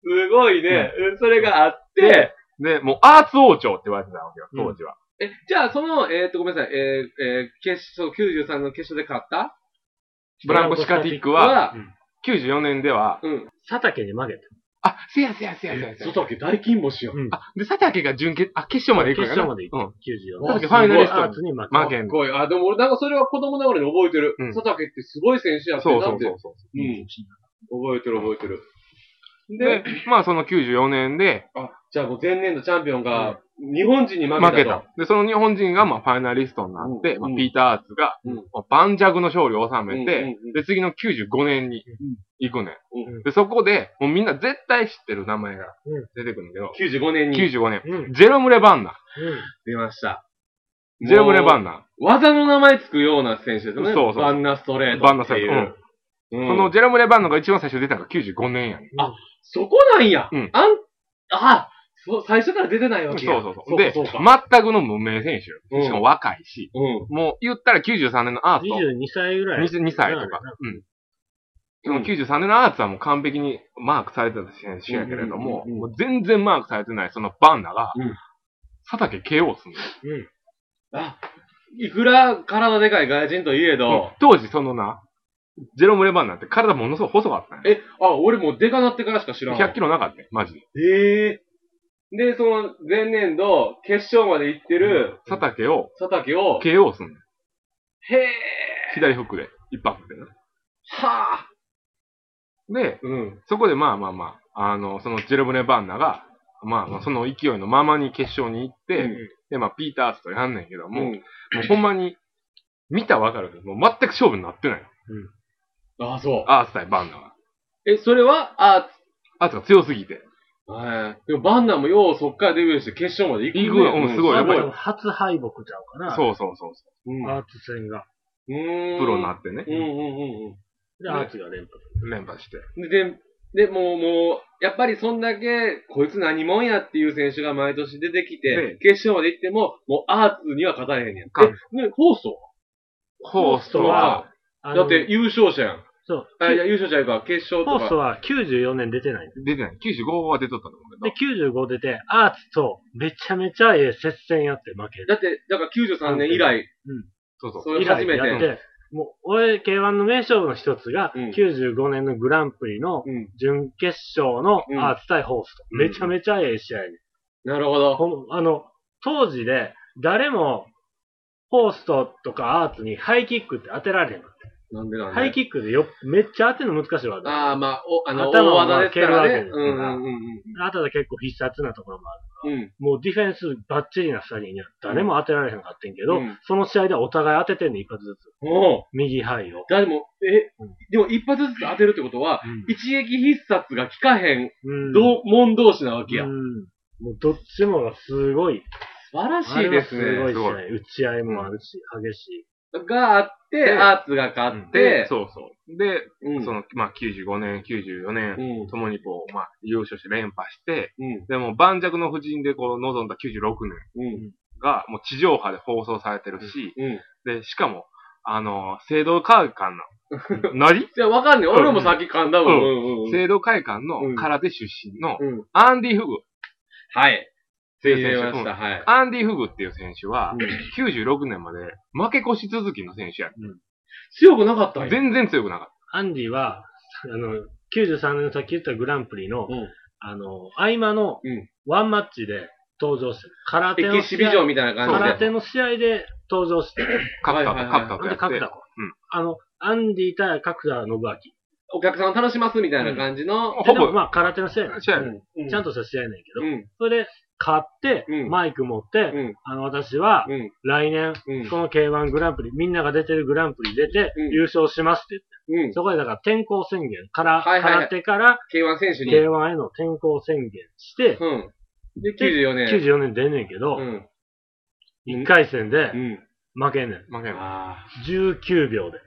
すごいね。うんそれがあって、
で、もうアーツ王朝って言われてたわけよ、当時は。
え、じゃあその、えーっと、ごめんなさい、えー、えー、決勝、93の決勝で勝った
ブランコシカティックは、
は、
94年では、
うん。
佐竹に負けた。
あ、せやせやせやせやせや。
外け大金星やん。
うん
あ、で、佐竹が準決、あ、決勝まで行く
決
の
勝ま
かな
で行っ
うん。
て、94年。
佐竹ファイナリスト
アーツに負けた。
マーケ
す
ン。
ごい。あ、でも俺なんかそれは子供ながらに覚えてる
う。ん
佐竹ってすごい選手やって
そ
ん
う
だ
そ
っ
う
て。
そうそう。
うん。覚えてる覚えてる。
で
で、、
まあその94年で
あ、じゃあもう前年のチャンピオンが、日本人に負けたと。
負けた。で、その日本人がまあファイナリストになって、
うん
まあ、ピーター・アーツが
うん、
まあ盤石の勝利を収めて、
うんうんうん
で、次の95年に行くね、
うん
で、そこで、もうみんな絶対知ってる名前が出てくるんだけど、
95年に
95年、
うん。うん。
ジェロム・レバンナ。
出ました。
ジェロム・レバン
ナ。
ナ。
技の名前つくような選手ですよね。
そうそう
バンナストレート。
バンナストレート
ト。う
そ
ん。
のジェロム・レバンナが一番最初に出たのが95年やね、
そこなんや。
うん
あん、あ、そう、最初から出てないわ
ん。
け
そ
や。
うそうそう。で、
そうかそうか
全くの無名選
うん
手。しかも若いし、
うん。
もう言ったら93年のアーツと
22歳ぐらい。
22歳とか。うん。で
う
も
ん
93年のアーツはもう完璧にマークされてた選手やけれども、
うんうんうん
もう全然マークされてないそのバンナが、
うん
佐竹 KO するのよ
あ、いくら体でかい外人といえど、
当時そのな、ジェロム・レバンナって体ものすごく細かったね。
え、あ、俺もうデカなってからしか知らんわ。
100キロなかったよ、マジで。
ええで、その前年度、決勝まで行ってる
佐竹を
佐竹を、
KO するのよ
へえ
左フックで、一発でな。
はあ
で、
うん。
そこでまあまあまあ、あの、そのジェロム・レバンナが、まあまあ、その勢いのままに決勝に行って、
うん
で、まあ、ピーター・アースとやんねんけども、
うん。
もうほんまに、見たらわかるけど、もう全く勝負になってない。
あ、そう。
アース対バンナは。
え、それは、あ、
アースが強すぎて。
えーでもバンナもようそっからデビューして決勝まで行く、
行くようんすごい
多
やっぱり
分初敗北ちゃうかな。
そうそうそうそう。
うん
アーツ戦が。
うん
プロになってね
うん。うんうんう
で、アーツが連覇。
連覇して。
ん。で、で、もう、もう、やっぱりそんだけ、こいつ何もんやっていう選手が毎年出てきて
で、
決勝まで行っても、もうアーツには勝たれへんやん。
か
え、ね、ホースト
ホーストは、
あ
は
の
だって、優勝者やん。
そう。
あ、いや、優勝者やから決勝
ホ
と
ースト
か。
は94年出てない。
出てない。95は出とったと思う
で
け、
95出て、アーツとめちゃめちゃええ接戦やって負け
だ
る。
って、だから93年以来、
ど。そう
そ
そう。
れ初め。
やってて、もう、俺、K1 の名勝負の一つが、
うん
95年のグランプリの
うん。
準決勝のアーツ対ホースト。
うん
めちゃめちゃええ試合に。
なるほど。
ほんあの、当時で、誰も、ホーストとかアーツにハイキックって当てられへんかっ
なんでな
た。
んで。
ハイキックでよ、めっちゃ当てるの難しいわけ。
ああ、まあ、お、あの、大
頭を
技ですから
まあ蹴
ね。
るわけです
う
か
ん
ら
うんうんうん。
あとで結構必殺なところもある。
うん。
もうディフェンスバッチリな2人には誰も当てられへんかってんけど、
うん
その試合ではお互い当ててんねん、一発ずつ。
おう
右範囲を。
だでも、え
うん、
でも一発ずつ当てるってことは、一撃必殺が効かへん、
うん
同門同士なわけや
う。んもうどっちもがすごい。
素晴ら
あ
し
れ
い
は
です
す
ね
ご。い試合。打ち合いもあるし、激しい。
があって、
で
アーツが勝っ
で
て、、
そうそう。で、
うん
その、まあ、95年、94
う
年、
ん。
ともにこう、まあ、優勝して連覇して、
うん。
でも盤石の布陣でこう、望んだ96年
うん。
が、もう地上波で放送されてるし、
うん。
で、しかも、あの、制度会館の、 何
じゃあわかんねえ。
うん
俺もさっき噛んだもん。
う
うんうんうん。
制度会館の
うん
空手出身の
うん。
アンディ・フグっ
はい。
て
入
いう
れ
選
ま
手。
し
う
た。
ん
はい。
アンディ・フグっていう選手は
う、ん
96年まで負け越し続きの選手や。
強くなかったんや。
全然強くなかっ
アンディは、あの、93年のさっき言ったグランプリの、
うん
あの、合間の
うん
ワンマッチで登場して、空手
エ
の
キシビジョ
試
ンみたいな
合、
感
空
じで。
手の試合で登場して、
た。角田
はい
と
はいはい
角田
ほ
と
ん
や
で
っ
角
て
田、子
うん。
あの、アンディ対角田信明。
お客さんを楽しますみたいな感じの。
ほ
で
ぼ
もまあ空手の試合なんです
試合
うん
ちゃんとした試合なんやけど、
うん。
それで、買って、
うん
マイク持って、
うん
あの、私は、
うん。
来年、
うん
この K1 グランプリ、みんなが出てるグランプリ出て
うん、
優勝しますって言って、
うん。
そこでだから転校宣言、から、
はいはいはい
空手から、
K1 選手に。
K1 への転校宣言して、
うん。で、94年。
94年出んねんけど、
うん。
1回戦で
うん。
負けんねん。
負けない。
ああ。
19秒で。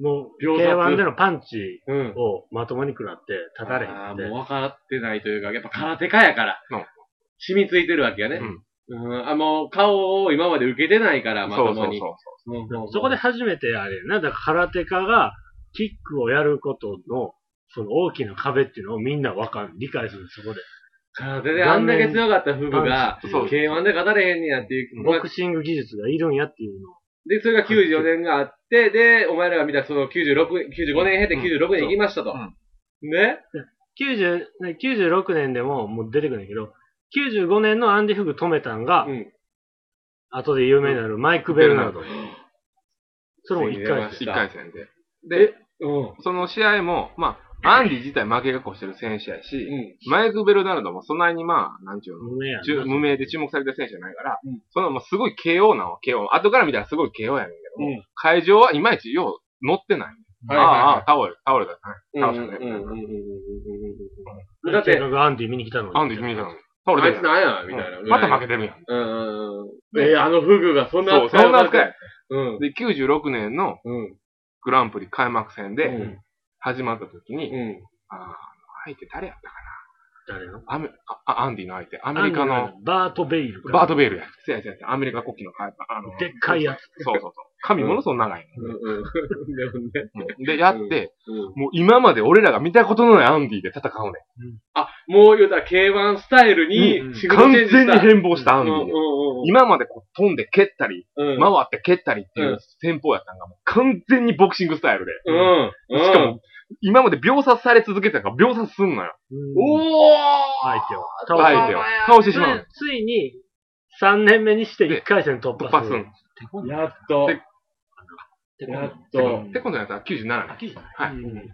もう、
秒殺
K1 でのパンチ
うん。
をまともに食らって、立たれへん
ああ、も
っ
う
て。
分かってないというか、やっぱ空手家やから
うん。
染みついてるわけやね。
うん
うん。あ、もう顔を今まで受けてないから、ま
そ
と
うそ
も
う
に。
そ
うんうんうん
そこで、初めてあれやな、だから空手家がキックをやることの、その大きな壁っていうのをみんなわかん、理解する、そこで。
空手であんだけ強かった夫婦が、
う。そう。
K1 で勝たれへんねやっていう
ボクシング技術がいるんやっていうのを。
で、それが94年があって、で、お前らが見たその96、95年経て96年行きましたと。
うん
ね
90ね96年でももう出てくるんだけど、95年のアンディ・フグ止めたんが、
うん。
後で有名になるマイク・ベルナード。それも一
ついに出ま
回
し
戦。
一回戦で。で、
うん。
その試合も、まあ、アンディ自体負けが越してる選手やし、
うん。
マイク・ベルナルドもそんなにまあ、なんちゅうの、
無名や
ちゅ
な。
無名で注目されてる選手じゃないから、
うん
そのまあすごい KO なの、KO。後から見たらすごい KO やねんけども、
うん
会場はいまいちよう乗ってない。
はいはい
ああああ、
は
倒れ、倒れた。
い。
倒したね
うんうんうんうんうんうんうん。だ
だ
っ
ってて、、アンディ見に来たのに。
アンディ決めたのに。倒れ
あ
て
い
る
つ
やん
なんやみたいな。
うんまた負けてるやん。
うんうんうん。え、あのフグがそんな
そう、そんな扱い。
うん。
で、96年の
うん。
グランプリ開幕戦
う
で
ん、
始まった時に、
うん。
ああ相手誰やったか
誰の
なアメああアンディの相手、アメリカの
アンディのバート・ベイルか。
バートベールや。せやせやせや、アメリカ国旗のかあの、
でっかいやつ。
そうそうそう。髪ものすごく長い
うん。うん。でもね。
の、で、やって、
うん。
もう今まで俺らが見たことのないアンディで戦うね。
あ、もう言うたら K1 スタイル
うん
にシフトチ
完
ェンジした、
全に変貌したアン
う
デ
ん
ィ
うんう
で。
ん
今までこう飛んで蹴ったり、
うん。
回って蹴ったりっていう戦法やったんが、もう完全にボクシングスタイルで。
うん。うん。
しかも、今まで秒殺され続けてたから秒殺すんのよ。
うん
おー
相手を。倒
は
す
い
相手を。倒してしまうの
でついに、3年目にして1回戦突
突
破
破
す
す
る
ん。。
やっと
で。
で、
やっ
の。
と
っ。てことやったら97
あ、
年。
きじゃない。
はい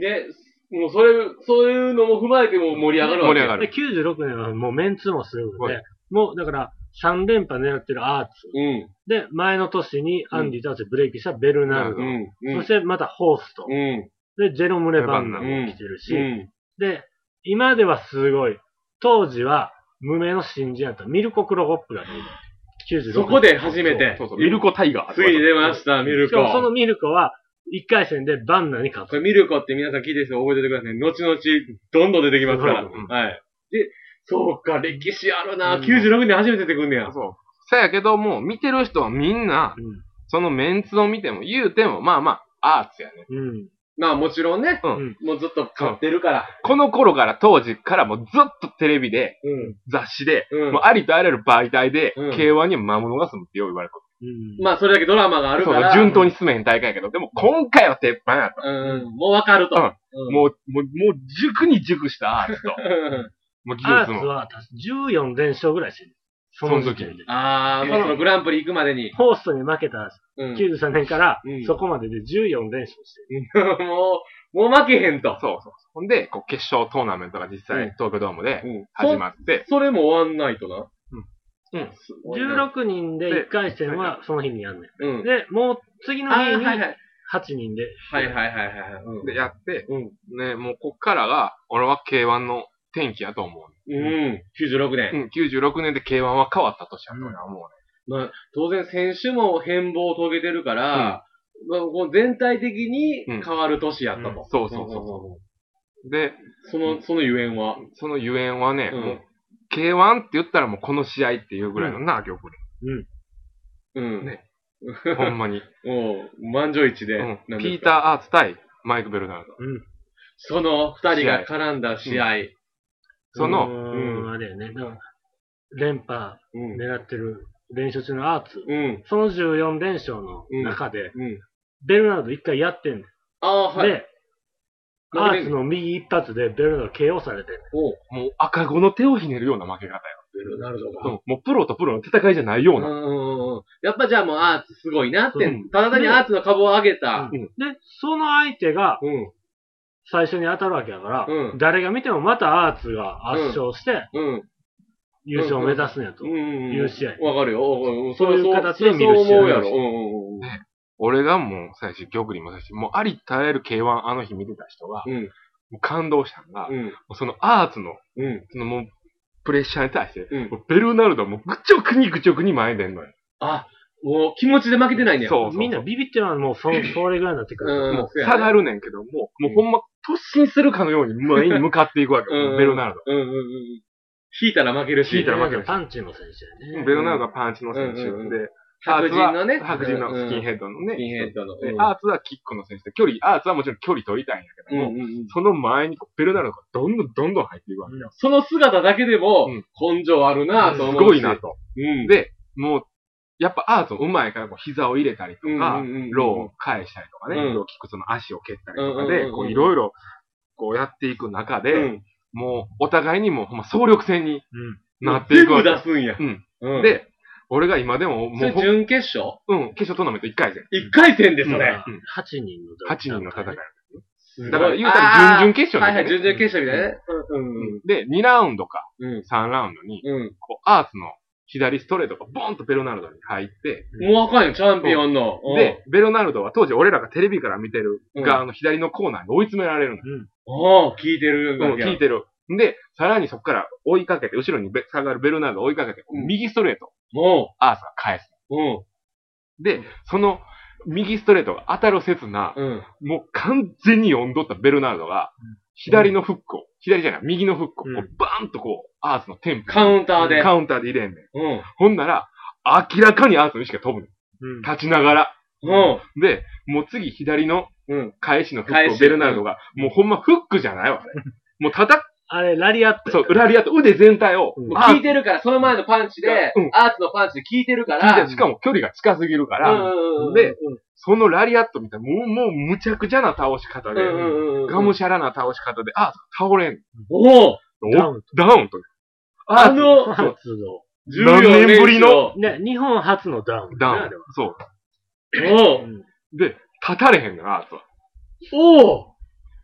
で、もうそれ、そういうのも踏まえても盛り上がるわ
盛
け。
り上が
で
る。
96年はもうメンツもすごく
は
て、もうだから3連覇狙ってるアーツ。
うん。
で、前の年にアンディたちブレイクしたベルナルド。
うん。うん
そしてまたホースト。
うん。
で、ジェロム・レバンナも来てるし、
うん。
で、今ではすごい。当時は無名の新人やったミルコ・クロホップが出てる96年。
そこで初めて
そう、そう、ミルコタイガー。
ついに出ました、ミル
しかもそ
コ
の。ミルコは1回戦でバンナに勝
こ
つ。
れミルコって皆さん聞いてる人覚えててください。後々、どんどん出てきますから。
うん
はい。で、そうか、歴史あるな。
うん
96年初めて出てくんねや。
そう。そやけど、もう見てる人はみんな、
う
そのメンツを見ても、言うても、まあまあ、アーツやね。
ん。うん。
まあもちろんね、
うん
もうずっと買ってるから。
この頃から、当時からもうずっとテレビで、
うん。
雑誌で、
うん
もうありとあらゆる媒体で、
うん
K1 には魔物が住むってよう言われる。
うん。
まあそれだけドラマがある
そ
か
う
ら。
順当に進めへん大会やけど、でも今回は鉄板やった。
うん。もうわかると。
うん
うん
もう、もう、もう 熟に熟したアーツと、
うん
もう技
アー
術
ツ
も。
は確か14連勝ぐらいしてる。その時点で。
あー、そのグランプリ行くまでに。
ホーストに負けた
うん。
93年から
うん、
そこまでで14連勝してる。
もう、もう負けへんと。
そうそう。ほんで、こう、決勝トーナメントが実際、東京ドームで
うん。
始まって、
それも終わんないとな。
うん
すごいな。
16人で1回戦はその日にやんね
うん
ん。。で、もう次の
あ
日
ー
に
はいはい。
8人で。
はいはいはいはいはい。うん
で、やって、
うん。
ね、もうこっからが、俺は K1 の天気やと思う。
うん。96年。
うん、96年で K1 は変わった年やと俺は思うね。
まあ、当然選手も変貌を遂げてるから、まあ、こう全体的に変わる年やったと。
うん
そうそうそうで、
その、そのゆえんは。
そのゆえんはね、
うん
もう、K1 って言ったらもうこの試合っていうぐらいのな、曲
うん。
ね で。ほんまに。
もう、満場一致で。
うん
なんですか
ピーター・アーツ対マイク・ベルナルド。
その二人が絡んだ試合。
その、
うん、あれやね。だから連覇
うん。
狙ってる連勝中のアーツ。
うん。
その14連勝の中で、
うん。
ベルナルド1回やってんねん
ああ、はい。
で、アーツの右一発でベルナルド KO されてんねん
おう
もう赤子の手をひねるような負け方よ。
ベルナルド
う
が。
ん、もうプロとプロの戦いじゃない
う
よう
う
んな。
んうん。やっぱじゃあもうアーツすごいなって、
うん
ただ単にアーツの株を上げた。
で、その相手が
うん。
最初に当たるわけだから、
うん
誰が見てもまたアーツが圧勝して
うん。
優勝を目指すんやと。
うんうん。
いう試合
わかるよ。おうおうそ
そう
れ
いう
そう
形で見る
そう
試合
思うやろ。うんうんうん。
俺がもう、最初、玉林も最初、もうありとあらゆる K1 あの日見てた人が、
うん。
もう感動したのが、も
うん。
うそのアーツの、
うん。
そのもう、プレッシャーに対して、
うん
もうベルナルドもぐちょくにぐちょくに前に出んのよ。
あ、もう気持ちで負けてないね。
そうそうそう
みんなビビってるのはもうそそれぐらいになってくる。
うん
も
そう
う
やね
下がるねんけども、もうほんま突進するかのように前に向かっていくわけ
うん
もうベルナルド。
うんうんうん。引いたら負けるし。
引いたら負ける
パンチの選手やね。
ベルナルドがパンチの選手で、
うんうんうん
ア
白
ーツ
人
は
のね。
白人のスキン
ッ
ヘッドのね、
スキンヘッドの。
で
うん
アーツはキックの選手で、距離、アーツはもちろん距離取りたいんやけ
う
ど
ん
も、
うんうん。
その前にベルナルドがどんどんどんどん入っていくわけ。
その姿だけでも
うん、
根性あるなぁと
す
思うし。
ごいなと。
うん。
で、もう、やっぱアーツも上手いから、こう膝を入れたりと
うんうん
か、
うんうん
ローを返したりとかね、
うん
ローキックその足を蹴ったりと
う
か
んうんうんう
で、
ん
こういろいろ、こうやっていく中
う
で、
ん。
もうお互いにもうほんま総力戦になってい
全
くわ
部
け。
出すんや。
うん
うん。で、
で、俺が今で
そ
も、もう
れ
ほん、
準決勝
うん、決勝トーナメント1回戦。
一回戦で
う
す
ん、
それ。
うん
8人の
8人の戦い。
すごい
だから言うたら準々決勝
あーはいは
だよね
い、準々決勝みたいなね。うんうん
で、2ラウンドか
うん。
3ラウンドに、
うん。
こう、アーツの左ストレートがボンとベルナルドに入って、
うん。もうあかんよ、チャンピオンの。うん、
で、ベルナルドは当時俺らがテレビから見てる側の左のコーナーに追い詰められるの。
おー、聞いてる
うん
わけや。
聞いてる。で、さらにそこから追いかけて、後ろにべ下がるベルナルドを追いかけて、
うん
右ストレート、
も
アースが返す。
う、うん。
で、その右ストレートが当たる刹な、
うん。
もう完全に読んどったベルナルドが、左のフックを、左じゃない、右のフックをこ
うん
う、バーンとこう、アースのテンポ、
カウンターで。
カウンターで入れんねん。
うん。
ほんなら、明らかにアースの意識が飛ぶねん
うん
立ちながら。
うん。
で、もう次左の
うん
返しのフッ
返
クを
し
ベルナルドが、もうほんまフックじゃないわ、あれ。もう叩く、
あれ、ラリアット。
そう、裏リアと腕全体を、
うん
アー
聞
ス
いてるから、その前のパンチで、
うん
アーツのパンチで聞いてるか
聞い
ら、
てしかも距離が近すぎるか
うん
ら、
うんうん、
で、そのラリアットみたいな、もう、もうむちゃくちゃな倒し方
う
で、
んうんうん、
がむしゃらな倒し方で、アースが倒れん。
おお
ダウン。
ダウンと。
あ
アース
の、
初の。
14
何年ぶりの
ね、日本初のダウン。
ダ
ねあ
ウン
れは。
そ
お
う
うん
う。で、立たれへんのよ、アースは。
おう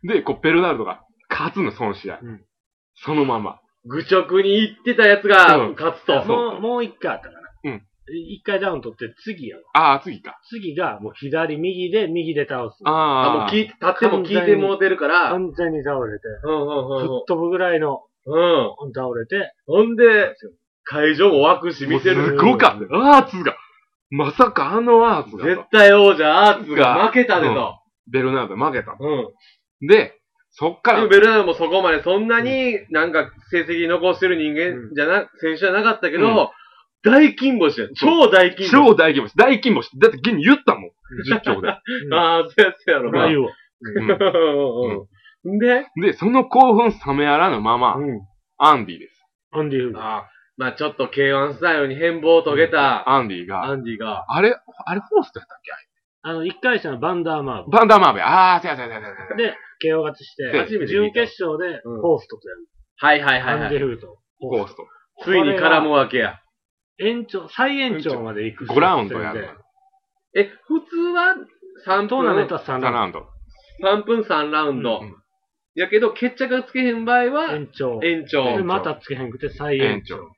で、こう、ベルナルドが勝つの、その試合。
うん
そのまま。
愚直に言ってたやつが
うん
勝つと。
そう
もう、もう一回あったかな。
うん
一回ダウン取って、次やわ。
ああ、次か。
次が、もう左、右で、右で倒す。
あもう
ああ。
聞い立っても聞いてもうてるから、うん
完全に倒れて、
うん
吹っ飛ぶぐらいの、
うんうん。うん。
倒れて、
ほんで、会場も湧くし見て
もう
る。
すごかったよ。アーツが。まさかあのアーツが
絶
と。
対王者アーツが負けたでと。
ベルナルド負けたと。
うん。
で、そっか
で
ら
も、ベルナルドもそこまでそんなになんか成績残してる人
う
間
ん
じゃな、選手じゃなかったけど、
うん
大金星や。超大金星。
超大金星。大金星。だって現に言ったもん。10兆で。
ああ、そうやつやろ
まあ
な。
言うわ。
うん
うん。で、
で、その興奮冷めやらぬまま、アンディです。
アンディ・フグ。
あまあちょっと K1 スタイルに変貌を遂げた、
アンディが、
アンディが、
あれ、あれホーストやったっけ
あの、一回戦のバンダーマーブ。
バンダーマーベ。あー、違う違う違う違う。
で、KO 勝ちして
で、
準決勝で、
うん
ホーストとやる。
はいはいはい
アン
は
ディ・
い。
フグと。
ホースト。
ついに絡むわけや。
延長、最延長まで行く
5ラウンドやる
る。
え、普通は3分、
トーナメントは3
3
ラ
ラ
ウ
ウンド。
3分3ラウンド。
うん
やけど、決着がつけへん場合
ンド。
は、
延長。
延長。
で、またつけへんくて再延
延
長。
長。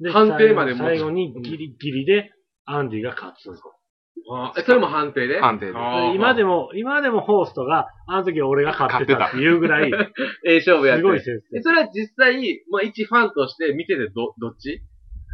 で、
判定まで持つ
最後にギリギリで、アンディが勝つ。
あーえそれも判定で
判定で
あー
今でも、今でもホーストが、あの時俺が勝ってたっていうぐらい、
ええ勝負やって
すごい先
え
生。
それは実際、まあ、一ファンとして見ててど、どっち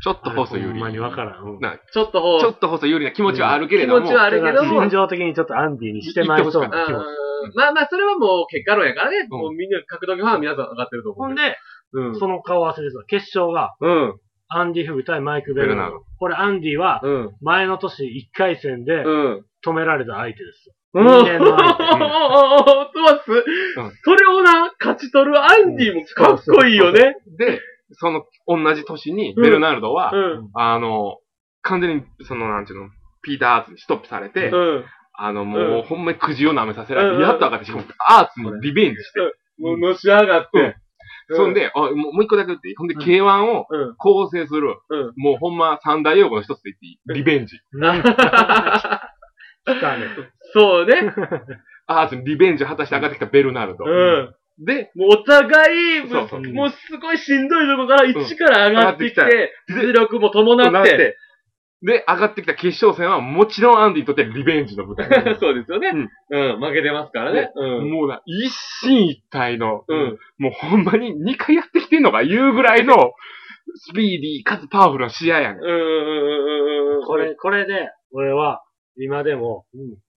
ちょっと放送
あれ
有
ほん
利。
まにわ
ち
からん。うん
な
ちょっとほう、
ょっと放送有利な気持ちはあるけれども。
気持ちはあるけども
心情的にちょっとアンディにしてまいそう
うんう
な気持ち。
んまあまあ、それはもう結果論やからね。
ん
もうみんな、格闘技ファンは皆さん上がってると思う。
ほん、で、
うん。
その顔合わせですわ決勝が、
うん。
アンディ・フグ対マイク・ベルナー
ベルナ
ド。これ、アンディは、
うん。
前の年1回戦で
うん。
止められた相手です。
うん。
人
お
間の相手
ーおーおートマス、
うん
それをな、勝ち取るアンディもかっこいいよね。
で、その、同じ年に、ベルナルドは、
うん。
あの、完全に、その、なんていうの、ピーターアーツにストップされて、
うん。
あの、も
う
う、
ん
ほんまにくじを舐めさせられて、
うん
やっと上がって、しかも、アーツのリベンジして、
もうのし上がって。う
そん、で、あもうもう一個だけ言っていいほんで、
うん
K1 を
うん。
構成する、
うん
もうほんま三大用語の一つで言っていいリベンジ。
来たね。
そうね。
アーツにリベンジを果たして上がってきたベルナルド。
うん。
で、
もうお互い、も
そう
う
そう
もうすごいしんどいとこから一から上がってき
うん上
て、実力も伴
な
っ。
ってて、で、上がってきた決勝戦は、もちろんアンディにとってリベンジの舞台。
そうですよね。うん。負けてますからね
ね。
うん。
もうな、一進一退の、
うん
もうほんまに2回やってきてんのかいうぐらいの、スピーディーかつパワフルな試合や
う
ん。
んうんうんうんうん。
これ、これで、俺は、今でも、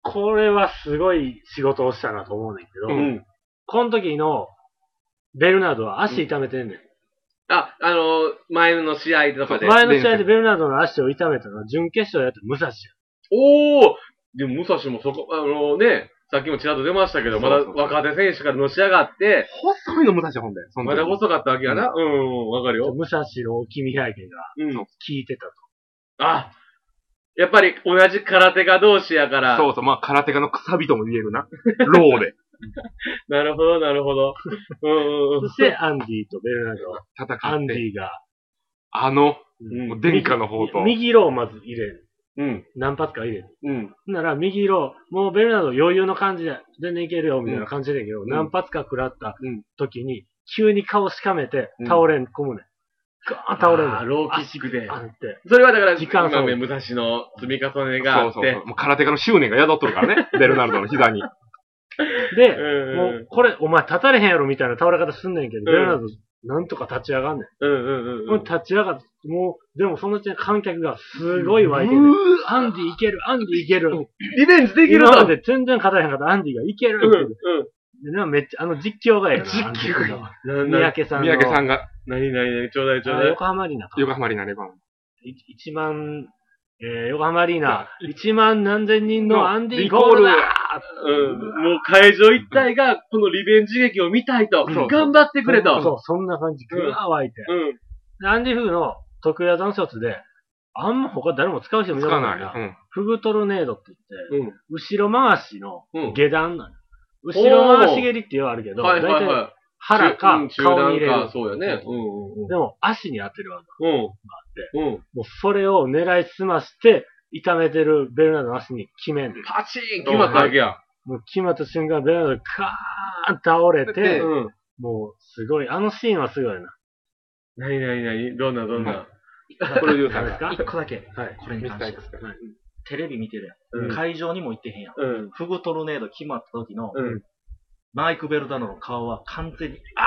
これはすごい仕事をしたなと思うねんけ
う
ど、
ん。
この時の、ベルナードは足痛めてんねん。
あ、あの、前の試合とかで。
そう
前の試合でベルナードの足を痛めたのは、準決勝やった武蔵や。
おーでも、武蔵もそこ、あのね、さっきもちらっと出ましたけど、まだ
そうそう
若手選手からのし上がって、
細いの無駄じゃほんで。その
ま
時
だ細かったわけやな。うん、うんわかるよ。
武蔵の君平家が
うん。
効いてたと。
あ、やっぱり同じ空手家同士やから。
そうそう、まあ空手家の草人も言えるな。ローで
なるほど、なるほど。うんうんうん
そして、アンディとベルナードは、
戦って。
アンディが、
あの、
うん
もう殿下の方と。
右ローをまず入れる。
うん。
何発か入れる。
うん。
なら、右ロー、もうベルナード余裕の感じで、全然いけるよ、みたいな感じだけど、何発か食らった時に、急に顔しかめて、倒れ込むねん。ガーン倒れる
あーローキックで
あって。
それはだから、
時間差
今
を
目武蔵の積み重ねがあ
そう
って。
そうそう。もう空手家の執念が宿っとるからね。ベルナルドの膝に。
で、
うん
もう、これ、お前立たれへんやろみたいな倒れ方すんねんけど、ベルナード、なんとか立ち上がんね
うんうんうん
ん。
う。
もうん立ち上がって、もう、でもそのうちに観客がすごい湧いてて、アンディいける、アンディいける。
リベンジできる
今ま
ぞ
で全然勝たへんかったアンディがいける
うん
って言ってでなめっちゃ、あの実況がええな。
実況がいい
うん。
三
な、な、
宅さんの。
三宅さんが
なになになに、ちょうだいちょう
あ
だい。
横浜アリーナか。
横浜になれば。
い一万、えー、横浜アリーナ、一万何千人のアンディ
リ
ゴ
コ
ー
ー
ル
ル
だ
うん。もう会場一体が、このリベンジ劇を見たいと。
そう
頑張ってくれ
そ
と。
う、そんな感じ。ぐわー湧いて。
うん。
でアンディフグの得意技の一つで、あんま他誰も使う人もい
つ
なか
か
った
な
から、
い。うん。
フグトルネードって言っ
う
て、
ん
後ろ回しの
うん
下段なの。後ろ回し蹴りって言うあるけど、
はいはい
大体
はい。
腹か
うん中
顔に入れ
段
る
か。そうやね。うんうん
でも足に当てる技。
うん。うん。うん。
もうそれを狙いすまして、痛めてるベルナードの足に決めんで。
パチーン決まったわけや。
もう決まった瞬間、ベルナードがカーン倒れて
で、
うん。
もうすごい、あのシーンはすごいな。
なになになにどんなどんな。
プロデューサ
何
ー
です
が。
か
一個だけ、
はい。
これに関して。
はい
テレビ見てるやん。
うん
会場にも行ってへんやん。
うん。
フグトルネード決まった時の、
うん
マイク・ベルダノの顔は完全に、
あ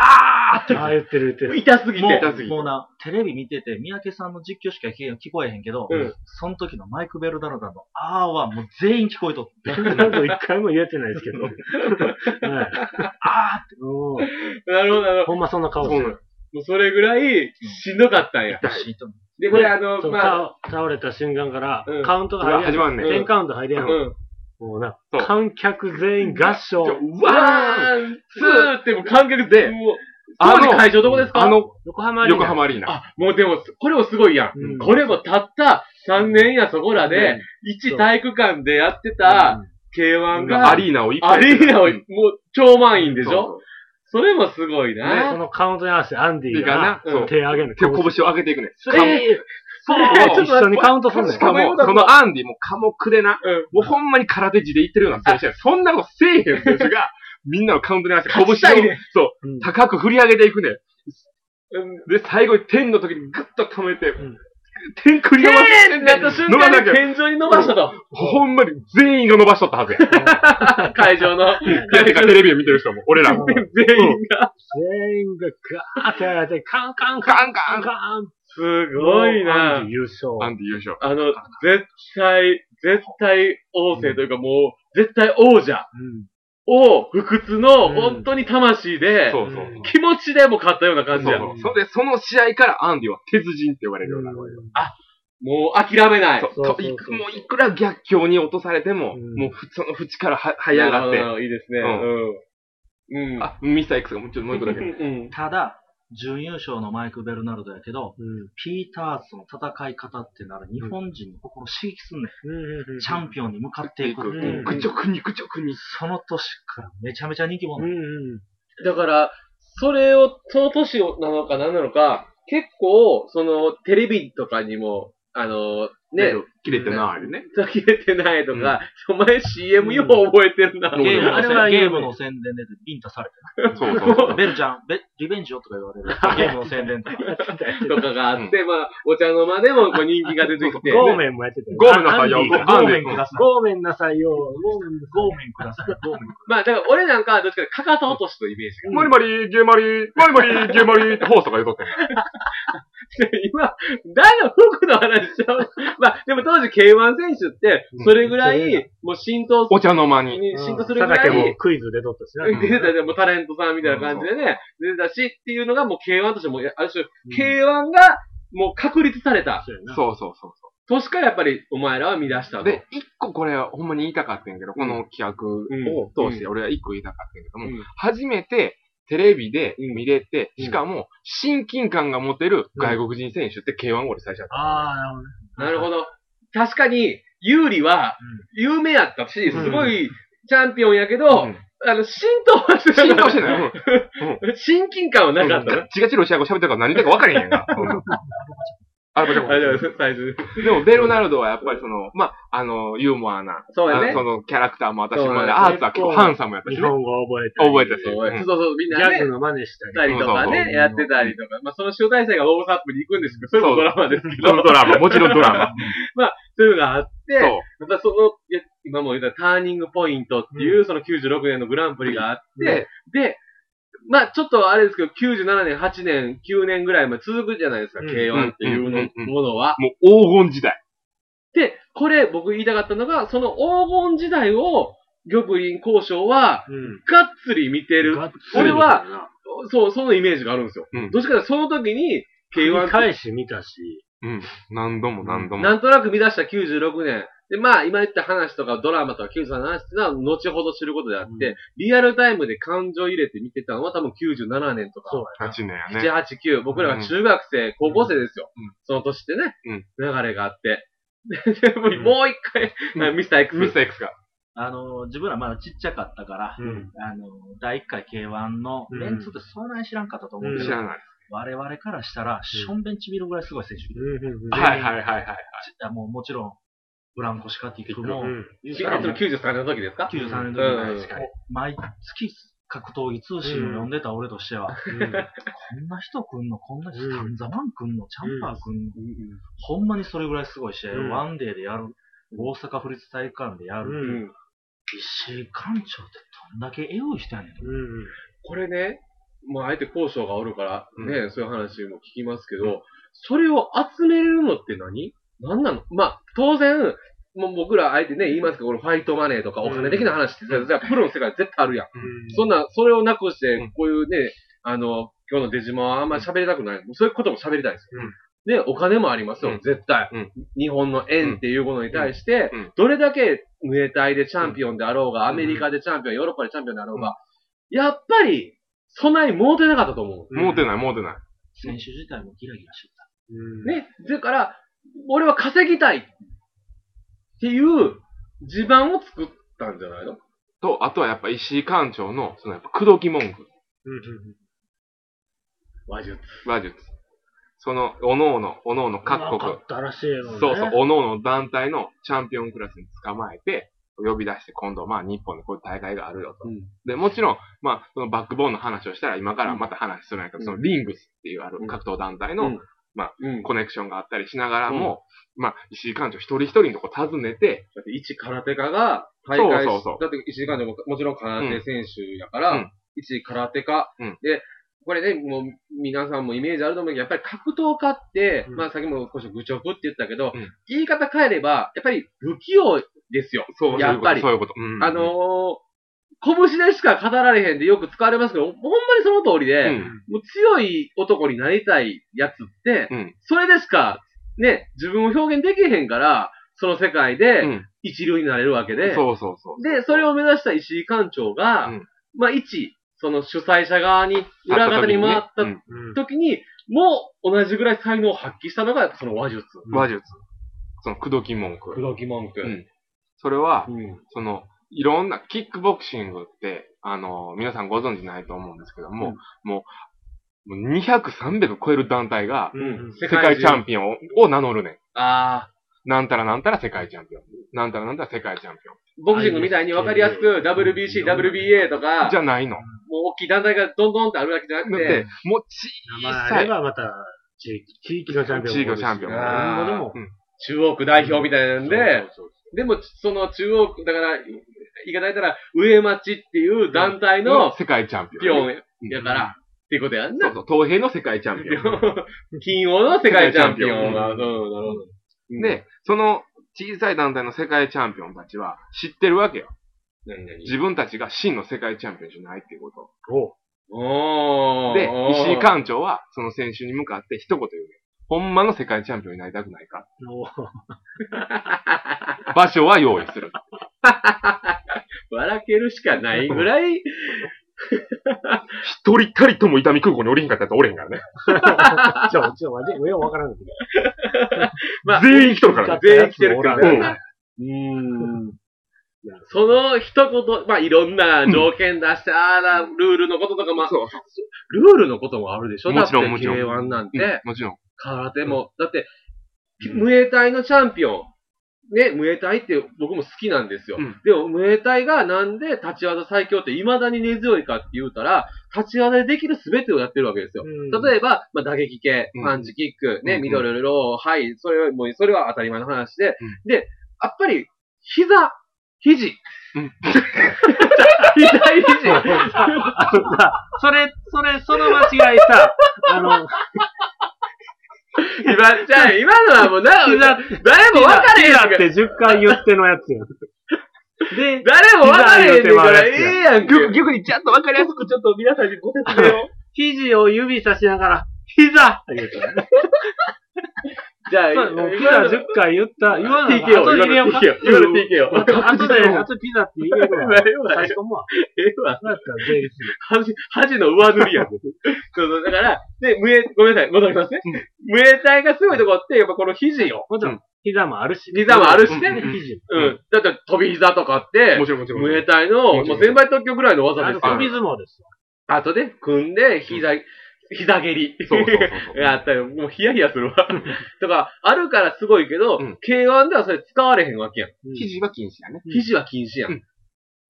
ああ、言ってる言って る。
痛すぎ
も
て。
痛すぎ
う、
て
もうな、テレビ見てて、三宅さんの実況しか聞こえへんけど、
うん
その時のマイク・ベルダノダの、あーはもう全員聞こえとって、
ベルナード一回も言えてないですけど。はいああって、もう
なるほど、なるほ
ほんまそんな顔してる。
ど。もうそれぐらい、しんどかったんや。
シート
で、これあの
そ、う
まあ、
倒倒れた瞬間から
うん、
カウントが入れ
始まんねん
10カウント入れ
う
やん。も
ん。
うな
そ、う
観客全員合唱。
う
ワ
わー
ン、ツーってもう観客で、もう、
あ
当時
の
会場どこですか
あの、
横浜アリー
横
ナ。
浜アリーナ。
あ、もうでも、これもすごいやん。
うん
これもたった3年やそこら
う
で
ん、
一体育館でやってた K1 が、
アリーナを一
ア
回
リーナを、もう超満員でし
そう
ょそれもすごい
で、そ
な。
のカウントに合わせてアンディが
がな、そう
手上げるの。
手を拳を上げていくね。
スリー、
そう
一緒にカウントすんねん
し。かも、そのアンディも寡黙でな、もうほんまに空手地で言ってるような選手や。そんなことせえへん選手が、 みんなのカウントに合わせて拳を、そうう、
ん
高く振り上げていくねん。で、最後に天の時にグッと溜めて
ん、
天繰り伸ばす。
ってなった瞬間に天井に伸ばしたと。
ほんまに全員が伸ばしとったはずや。
会場の。
てかテレビを見てる人も、俺らも。
全員が。
全員がガーってやられて、カンカンカ
ガ
ン
ンガ
カン
ン
カン。
すごい
アン
な
ディ優勝。
アンディ優勝。
あの、絶対、絶対王政というかもう、絶対王者
うん
を不屈の
うん
本当に魂で、
そうそう。
気持ちでも勝ったような感じ
そう
や。
そ
も
う。それで、その試合からアンディは鉄人って呼ばれるようになる。
う諦めない。
そう
そう
と
そう
いくもういくら逆境に落とされても、
うん
もうふその縁からは這い上がって、
うんいいですね。うん。うん。
あ、ミスター X がもうちょっともう一個だけ。
うん。
ただ、準優勝のマイク・ベルナルドやけど、ピーターズの戦い方ってなら日本人の心を刺激すんねん。
うん。
チャンピオンに向かっていくっていう。
愚直に愚直に。
その年からめちゃめちゃ人気
う
者。
んうん。
だから、それを、その年をなのか何なのか、結構、その、テレビとかにも、あの、ね、、
切れてないね。
切れてないとか、お前 CM よう覚えてるな。
うん
ゲームの
あれ
宣
は
ゲー
有名
ムの宣伝でビンタされ
そうそうそ
て。
う。
ベルちゃん、ベリベンジよとか言われる。 ゲームの宣伝とか。
とかがあって、まあ、お茶の間でもこう人気が出て きて。
ゴーメンもやってたよ。
ゴーメンの採用。
あアンデ
ゴ
ィゴーメ
ー
ンく
メ
ださい。
ゴーメンな採用。ゴーメンな採
ゴーメンください。ゴーメン。
まあ、だから俺なんかはどっちかでかかと落としというイメージが。
ンマリマリ、ゲーマリ、マリマリ、ゲーマリってホースとか言うとってん。
今、大の服の話しちゃう。 まあ、でも当時 K1 選手って、それぐらい、もう浸透す
お茶の間に。
に
用。
浸透するぐら
佐竹も
い、
クイズ出とったしな。
出てたでもうタレントさんみたいな感じでね、出てたしっていうのがもう K1 としてもう、ある種、K1 がもう確立された。
そうやな
そうそうそうそ
年からやっぱりお前らは見出した
う。
と。
で、一個これはほんまに言いたかったんやけど、この企画を通して俺は一個言いたかったんやけども、
うん
初めてテレビで
うん
見れて、
うん
しかも親近感が持てる外国人選手って K1 ゴール最初だった。
ああ、なるほどね。
なるほど。確かに、有利は、有名やったし、
うん
すごい、チャンピオンやけど、
うん
あの、浸透はして
浸透して
い。
ない。うん
親近感はなかった
ガ
な
ッ。チガチロシア語喋ってるから何言ってるか分かれへんやん か。
あ、
あれ、
でも、最初。
でも、ベルナルドはやっぱりその、まあ、あの、ユーモアな、
そうや
あ
ね。
のそのキャラクターも私
そう
も
なんです
ね、アーツは結構ハンサムやったし
日
ね。
本語覚えたり。
覚えてたし。
そう
うん
そうそう、みんな
ギャグ
ね、
の真似したり。
やったりとか
そうそう
ね、やってたりとか、まあその集大成が大阪ップに行くんですけど、それもドラマですけ
その
ど、
ドラマ、もちろんドラマ。
そういうのがあって、
そう。
またその、いや今も言ったターニングポイントっていう、その96年のグランプリがあって、で、まあちょっとあれですけど、97年、8年、9年ぐらいまで続くじゃないですか、
うん
K1 っていう
うんう
の
ん
ものは。
もう黄金時代。
で、これ僕言いたかったのが、その黄金時代を、玉林交渉は、
うん。
がっつり見てる。
ガッツ
俺
リ
は、そう、そのイメージがあるんですよ。
うん
どっちかというとその時に、
繰
K1
り返し見たし。
うん。何度も何度も。
なんとなく見出した96年。で、まあ、今言った話とかドラマとか93の話っていうのは後ほど知ることであって、
う
リアルタイムで感情入れて見てたのは多分97年と
そう
か、
8年やね
7、。8、9。僕らが中学生、高校生ですよ。
うん
その年ってね、流れがあって。 でももう一回、
うん
あミスター X。
ミスター X が。
あの、自分らまだちっちゃかったから、
うん。
あの、第1回 K1 の
うん
メンツってそんなに知らんかったと思
う
うけ
ん
ど、
知らない。
我々からしたら、ションベンチ見るぐらいすごい選手。
うん。
はいはいはいはい。
あもうもちろん、ブランコシカティック
う
も、
ん。
ミスター X の93年の時ですか
93年の
う
時
ん
に、毎月格闘技通信を読んでた俺としては、こんな人来んの、こんな人、
うん
タンザマン来んの、チャンパー来んの、
うん
ほんまにそれぐらいすごい試合を、
うん
ワンデーでやる、大阪府立体育館でやる、
うん
うん
石井館長ってどんだけエロい人やねんと。
うん。
これね、まあ、あえて交渉がおるから、ね、
う
そういう話も聞きますけど、それを集めれるのって何何なのまあ、当然、もう僕らあえてね、言いますけど、このファイトマネーとかお金的な話って、じゃあプロの世界絶対あるやん。そんな、それをなくし
う
て
ん、
こういうね、あの、今日の出島はあんまり喋りたくない。もうそういうことも喋りたいですよ。で、お金もありますよ、
うん
絶対、
うん
日本の円っていうものに対して、
うんうん
どれだけムエタイでチャンピオンであろうが、アメリカでチャンピオン、ヨーロッパでチャンピオンであろうが、やっぱり、そんなに儲てなかったと思う。
もうてない、もうてない。
選手自体もギラギラしてた。
うん。
ね。だから、俺は稼ぎたいっていう地盤を作ったんじゃないの
と、あとはやっぱ石井館長の、そのやっぱ、口説き文句、
うん。
話術。
話術。その、おのおの、おのおの各
うま
国
か、ったらしいのね。
そうそう、おのおの団体のチャンピオンクラスに捕まえて、呼び出して今度、まあ日本でこういう大会があるよと。
うん
で、もちろん、まあ、そのバックボーンの話をしたら今からまた話するんやけど、そのリングスっていうある格闘団体の、
うんうん。
コネクションがあったりしながらも、まあ、石井館長一人一人のとこ訪ねて、
だって一空手家が大会し
そうそうそう
だって一時間でももちろん空手選手やか
う
ら
ん、
一、空手家、
うん
で、これね、もう皆さんもイメージあると思うけど、やっぱり格闘家って、
うん
まあさっきも少し愚直って言ったけど、
うん
言い方変えれば、やっぱり不器用ですよ。
そう
やっぱり
そういうこと。そういうことうん
あのー、拳でしか語られへんでよく使われますけど、ほんまにその通りで、
うん
もう強い男になりたいやつって、
うん
それでしか、ね、自分を表現できへんから、その世界で
うん
一流になれるわけで、
そうそうそう。
で、それを目指した石井館長が、
うん
まあ、一、その主催者側に、裏方に回った
うん
うん。
時に、もう同じぐらい才能を発揮したのが、その話術。
話術。その、口説き文句。
黒木文句。
うんそれは、
うん。
その、いろんな、キックボクシングって、あの、皆さんご存知ないと思うんですけども、もう、もう200、300超える団体が、
うん。
世界チャン
ピ
ピオンを名乗るね
オン。ああ。
ん。なんたらなんたら世界チャンピオン。なんたらなんたら世界チャンピオ
ボクシングみたいに分かりやすく、WBC、WBA とか
ン。じ、ゃない
も
の。
う大きい団体がどんどんってあるわけじゃなく
だってて、、もう
名前
小
あ
さ
れ
い
ばまた、地域、地域のチャンピオンも
地域のチャンピオンも
あー
なんぼでも、
中央区代表みたいなんで、
そうそう
でも、その中央区、だから、言い方変えたら、上町っていう団体
そう
の
世界チャンピ
ピ
オ
オ
ン。
ンやから、っていうことやん
そ
な
う。そう、東平の世界チャンピオン。
金曜の世界チャンピオ ンが、
う
うん、なるほど。
で、その小さい団体の世界チャンピオンたちは知ってるわけよ。
何々
自分たちが真の世界チャンピオンじゃないっていうこと。
お
おー。
で、
おー
石井館長はその選手に向かって一言言うね。ほんまの世界チャンピオンになりたくないか。
お
場所は用意する。
笑けるしかないぐら い、
一人たりとも伊丹空港に降りへんかったやつはおれへんからね。
ちょ、ちょ、待って、上はわからんけど。
まあ、
全員来とるからね。
全員来てるってことだ
うん
な。
うーん。
その一言、まあ、いろんな条件出して、ああだ、ルールのこととかも、
そう
ルールのこともあるでしょ
もちろん
だって
もちろん
K1 なん
う
て
ん、もちろん。
空手も、だって、ムエタイのチャンピオン。ね、ムエタイって僕も好きなんですよ。
うん
でも、ムエタイがなんで立ち技最強って未だに根強いかって言うたら、立ち技でできる全てをやってるわけですよ。例えば、まあ、打撃系
う、ん
パンチキック、ね、
うん
ミドル、ロー、ハイ、それは、もう、それは当たり前の話で、で、やっぱり、膝、肘。
うん
膝、肘。
あのさ、それ、それ、その間違いさ、あの、
今、じゃあ、今のはもう、な、
膝
誰も分かれへんや
だ
ん
っ
か。
て10回言ってのやつやん。で、
誰も分かれへんねんから、え
膝
えやんけ。
逆にちゃんと分かりやすくちょっと皆さんにご説
明肘を指さしながら、膝って言うたら。
じゃあ、
まあもうピザ10回言った、言わない。
TKO、
後で入れようか。
TKO、今の TKO。
後で、あとピザって言え るから。差し込むわ。
ええわ。
そうやったら全員する。
恥、恥の上塗りやん。そうそう、だから、で、無え、ごめんなさい、戻りますね。無え体がすごいとこって、やっぱこの肘を。
もちろん、膝もあるし。
膝もあるし
ね
ね。
肘。
うん。だって、飛び膝とかっ て、
もちろんもちろん。
無え体の、もう千倍特許ぐらいの技
あ
で
の、
すよ。
首相撲ですよ。
あとで、組んで、膝、膝蹴り。
そうそうそうそう。
やったよ。もうヒヤヒヤするわ。とか、あるからすごいけど、
うん
K1 ではそれ使われへんわけやん。
肘は禁止やね。
肘は禁止やん。
うん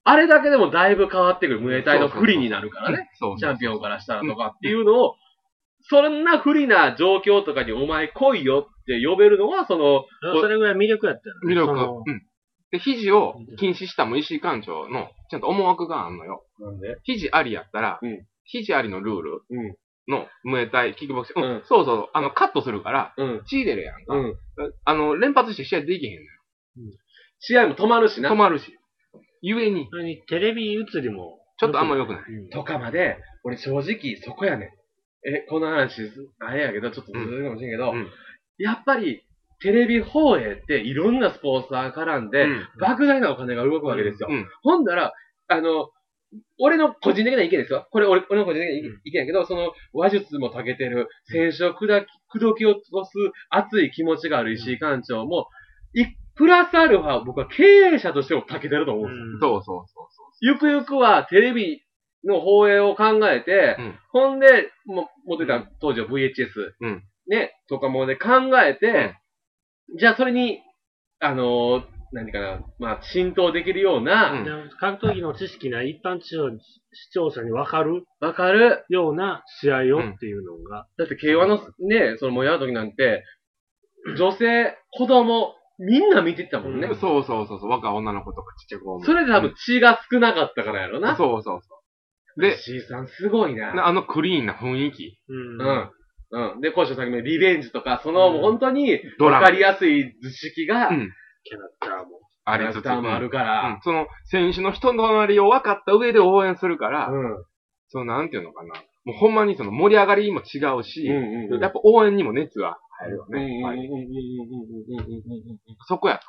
あれだけでもだいぶ変わってくる。無エ体の不利になるからね。
そう
チャンピオンからしたらとかっていうのを、そんな不利な状況とかにお前来いよって呼べるのは、その、
それぐらい魅力やったよね。
魅力。
その
うん。で、肘を禁止した無意識館長の、ちゃんと思惑があんのよ。
なんで
肘ありやったら、
うん
肘ありのルール
うん
の、ムエタイ、キックボクシング、うん
うん
そうそうそう、あの、カットするから、
うん。
血入れるやんか。
うん。
あの、連発して試合できへんのよ。
試合も止まるしな
止。まるし。ゆえに、
それにテレビ映りも。
ちょっとあんま良くない。
とかまで、俺正直そこやねん。え、この話、あれやけど、ちょっとずるいかもしれんけど、
うんうん
やっぱり、テレビ放映っていろんなスポンサー絡んで、
うん
莫大なお金が動くわけですよ。
うん
ほんだら、あの、俺の個人的な意見ですよ。これ俺、俺の個人的な意見意見やけど、その、話術も長けてる、選手を砕き、口説き落とす熱い気持ちがある石井館長も、いプラスアルファ、僕は経営者としても長けてると思うんですよ。
そ
そうそうそうそ
ゆくゆくはテレビの放映を考えて、
うん
ほんで、も、持ってた当時は VHS、
うん
ね、とかもね、考えて、じゃあそれに、あのー何かな、まあ、浸透できるような、
で格闘技の知識ない一般視聴視聴者に分かる
わ、かる。
ような試合をっていうのが、
だって K1 のね、その盛り上がる時なんて、女性、子供、みんな見てたもんね。
うん
そうそうそうそう、若い女の子とかちっちゃい子も
それで多分血が少なかったからやろな。
そうそうそう。で、
C さんすごいな。
あのクリーンな雰囲気、
うん
うん。うん。で、小石さんリベンジとか、その、
うん
もう本当に、
ド
わ
ラ
か
マ
りやすい図式が、
うん
キャラクターも。
キ
あ
ャ
り
ラ
つ
ク
つ、
ターもあるか
う
ら、
んその選手の人のなりを分かった上で応援するから、
うん。うん
そのなんていうのかな。もうほんまにその盛り上がりも違うし、
うんうん。
やっぱ応援にも熱が入るよ
うんうん
ね。やっぱり
うんうんうんうんうんうんうんうん
そこや。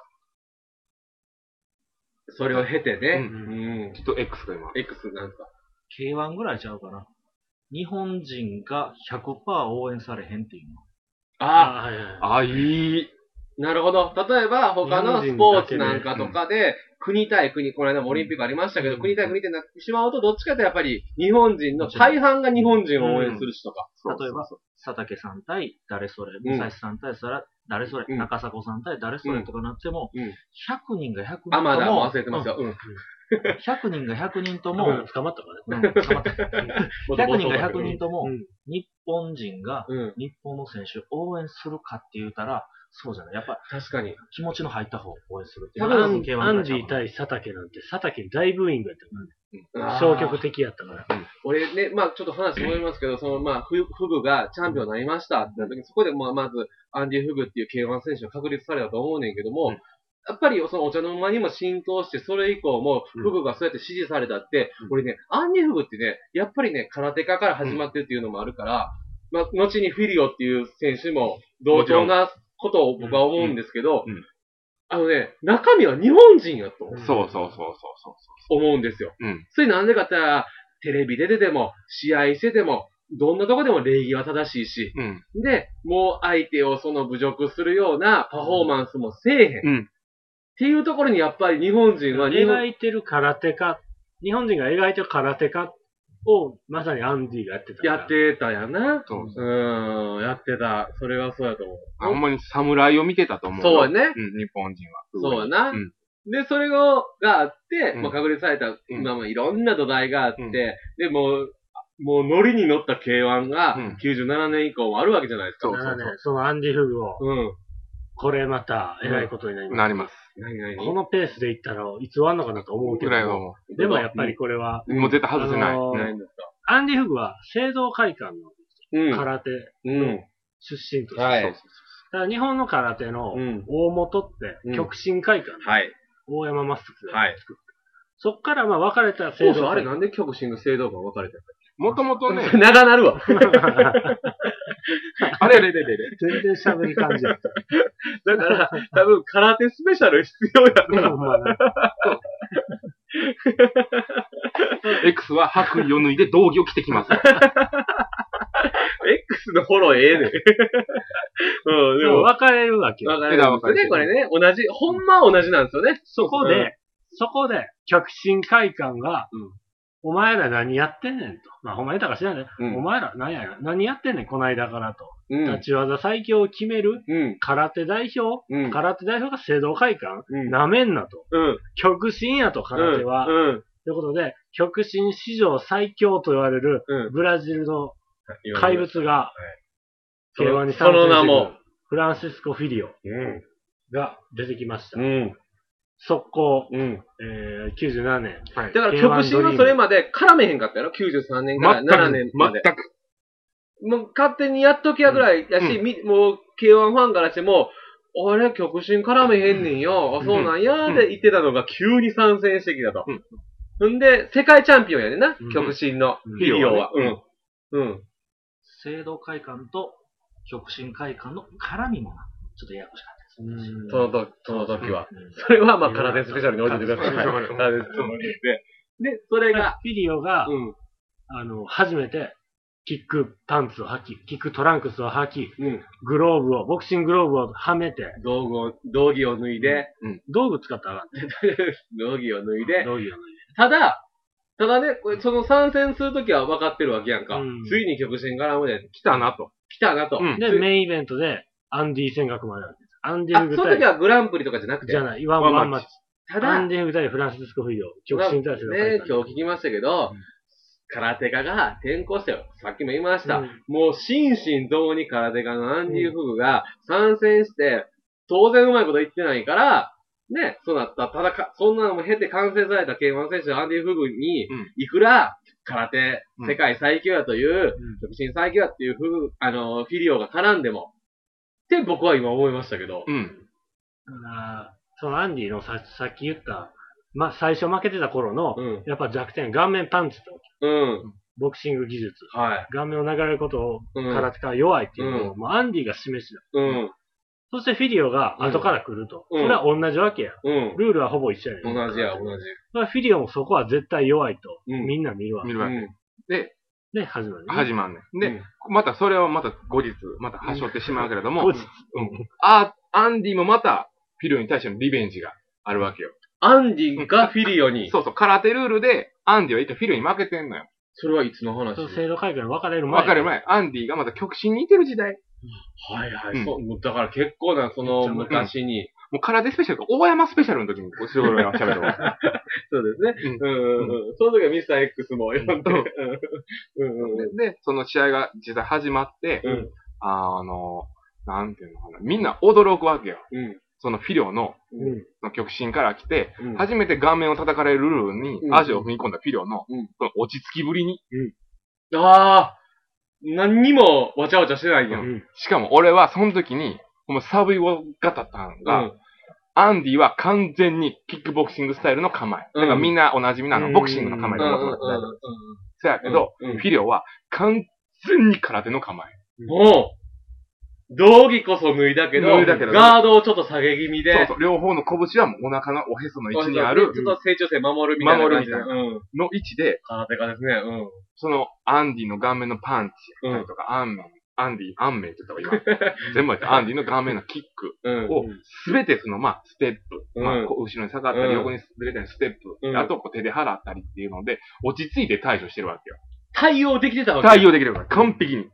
それを経てね、
う
うんん。
ちょっと X が今。
X なんか、
K1 ぐらいちゃうかな。日本人が100%応援されへんっていうの。
ああ、
はいはいはい。
あ、いい。
なるほど。例えば、他の
日
スポ
本人だ
ー
け
ツ
で
なんかとかで、国対国、この間もオリンピックありましたけど、
うん
国対国ってなってしまうと、どっちかというとやっぱり、日本人の大半が日本人を応援するしとか。
例えば、佐竹さん対誰それ、武蔵さん対それ、誰それ、
うん
中迫さん対誰それとかなっても、
うん
100人が100人とも、
あ、まだ忘れてますよ。うん。
うん100人が100人と
も
も
う、捕まったからね。
うん捕まった100人が100人とも
うん、
日本人が
うん。
日本の選手を応援するかって言うたら、そうじゃない。やっぱ
確かに。
気持ちの入った方を応援するっていう
多
のが
分
K1
アン
ぐ
デ
ら
ィ
いちゃうかな
対佐竹なんて、佐竹大ブーイングやったからね
あー
消極的やったから。
俺ね、まあちょっと話戻りますけど、そのまあ、フフグがチャンピオンになりましたってなった時に、そこでまあまず、アンディ・フグっていう K1 選手が確立されたと思うねんけども、
うん
やっぱりそのお茶の間にも浸透して、それ以降も
うん
フグがそうやって支持されたって、
うん
俺ね、アンディ・フグってね、やっぱりね、空手家から始まってるっていうのもあるから、まあ、後にフィリオっていう選手も同等なことを僕は思うんですけど、
うんうんうん
あのね、中身は日本人やと
そうそうそうそうそう。
思うんですよ。
うん
それなんでかって言ったら、テレビ出てても、試合してても、どんなとこでも礼儀は正しいし、
うん。
で、もう相手をその侮辱するようなパフォーマンスもせえへん。
うん
っていうところにやっぱり日本人は日
描
本、
いてる空手家、日本人が描いてる空手家を、まさにアンディがやってたから。
やってたやな。
そう
うーん、やってた。それはそうやと思う。
あほんまに侍を見てたと思う。
そうやね
ん、日本人は。
そうやな。
うん
で、それをがあって、
うん
まあ、確立された、
ん
今もいろんな土台があって、
うん
で、もう、もうノリに乗った K1 が
うん
97年以降もあるわけじゃないですか。
そうそう
だからね、そのアンディフグを、
うん。
これまた、えらいことになり
そう。
ま
な
す。
ります。
何何
このペースでいったらいつ終わんのかなと思うけ
ぐ
ど
らいはも
も、でもやっぱりこれは、
う、もう絶対外せな
あ
い。
のー
ないんですか
アンディフグは正道会館の
うん。
空手
うん。
出身として、
は
そう
い。
そう
だから日本の空手の
うん
大元っ
うん
て、極真会館、
はい。
大山マスクが
はい
作った。そっからまあ分かれた
そ
正
うそう、
道
あれ
会
な
館。
んで極真の制度が分かれてる
もともとね、
長 なるわ。
あ れれれれれ。
全然喋り感じやった。
だから、多分空手スペシャル必要や
ほんまに
X は白衣を脱いで道着を着てきます。
X のフォロー ええねん。うん、で
でも
も、
分かれるわけよ。
分かれるんですよね、これね。同じ、ほんまは同じなんですよね。
そこ
う
で、そこで、極真会館が、お前ら何やってんねんと。まあ、お前らが知らんね、
うん
お前ら何や、何やってんねん、この間からと。
うん
立。ち技最強を決める
うん。
空手代表、
うん。
空手代表が制度会館、
うん
なめんなと。
うん。
極真やと、空手
う
は。とい
ん。
うことで、極真史上最強と言われる
うん。
ブラジルの怪物が、
その
K1 に参戦
その名
してく
も
るフランシスコ・フィリオ
うん。
が出てきました
う。ん。
速攻、
うん。
えー、97年。
だから極真はそれまで絡めへんかったやろ ?93 年から7年まで。
全く。
もう勝手にやっときやぐらいやし、みもう K1 ファンからしても、あれ、極真絡めへんねんよ。あ、そうなんやーって言ってたのが急に参戦してきたと。
うん
んで、世界チャンピオンやねんな
う、ん
極真の。
うん
フィリオは。うん。うん。
聖堂会館と極真会館の絡みもな、ちょっとややこしかったです。
その時、その時は。
うん
それは、まあ、空手スペシャルに置いててください。
空手スペシャル
空手スペシャルに置いてで、それが、
フィリオが、
うん。
あの、初めて、キックパンツを履き、キックトランクスを履き、
うん。
グローブを、ボクシンググローブをはめて、
道具を、道着を脱いで、
道具使ったらあかんね
道着を脱いで、
道具や
ただ、ただね、これその参戦するときは分かってるわけやんか。
うん
ついに極真絡むで
来たなと。
来たなと。
うん
で、メインイベントで、アンディ戦学まであるんです。アンディ
あ、
フグ
その時
対、
はグランプリとかじゃなくて
じゃ。ない、ワン
ワ
ワ
ン
ンマ
マッ
ッチ。
た
ア
だ、
ンディフグ対フランシスコ・フィヨ、極真対戦の
ね、今日聞きましたけど、空手家が転校したよ。さっきも言いました。もう心身ともに空手家のアンディ・フグが参戦して、当然うまいこと言ってないから、ね、そうなった。ただか、そんなのも経て完成された K1 選手のアンディ・フグに
うん、
いくら空手
う、ん
世界最強やという、極真最強やっていうフグ、あの、フィリオが絡んでも、って僕は今思いましたけど。
うん。
だからそのアンディのささっき言った、ま、最初負けてた頃の、
うん。
やっぱ弱点、顔面パンチと、
うん。
ボクシング技術、
はい。
顔面を流れることを、
うん
空手家は弱いっていうのを、もうアンディが示した。
うん。
そしてフィリオが後から来ると。
うん
それは同じわけや。
うん。
ルールはほぼ一緒やねん
同じや、同じ。
だからフィリオもそこは絶対弱いと、
うん
みんな見るわ
見。るわけ。
で、始まる、ね。
始まんねん。で、
うん
またそれをまた後日、また端折ってしまうけれども、
後日
あ、アンディもまた、フィリオに対してのリベンジがあるわけよ。
アンディがフィリオに。
そうそう、空手ルールで、アンディは一回フィリオに負けてんのよ。
それはいつの話
そう制度改革に分かれる前。
分かる前、アンディがまだ極真にいてる時代、
はいは
う
い。
ん
そう、もうだから結構な、その、
めっちゃ昔
昔に。
もう空手スペシャルか、大山スペシャルの時に、おしろが喋るわ。
そうですね。うんうんうん。その時はミスター X も呼んで。うんうんうん。
で、その試合が実際始まって、
うん
あの、なんていうのかな、みんな驚くわけよ。
うん
そのフィリオの、
うん。
その極真から来て、
うん
初めて顔面を叩かれるルールに
うん
足を踏み込んだフィリオの、
うん
その落ち着きぶりに、
ああ、何にもわちゃわちゃしてないや。
うんん。
しかも俺はその時に、このサブイ語が立ったの
う
が、
ん。
アンディは完全にキックボクシングスタイルの構え。
うん
だからみんなおなじみなの、
うん
ボクシングの構え
う
だ
んう
と
ん
思ってた
うん。
そやけど、
うんうん
フィリオは完全に空手の構え。
もう、道着こそ脱いだけど、
脱いだけど
ガードをちょっと下げ気味で、
そうそう、両方の拳はもうお腹のおへその位置にある
ちょっと成長性守るみたいな感じで。
守
うん。
の位置で、
空手家ですね。うん。
そのアンディの顔面のパンチやったりとか、アンメン、アンディ、アンメンって言ったわ 今。全部やった。アンディの顔面のキック
うん。
をすべてその、まあ、ステップ。
うん
まあ、こう後ろに下がった
うん
り、横にずれたり、ステップ。
うん
あと、こう手で払ったりっていうので、落ち着いて対処してるわけよ。
対応できてたわけ。
対応できるから、完璧に。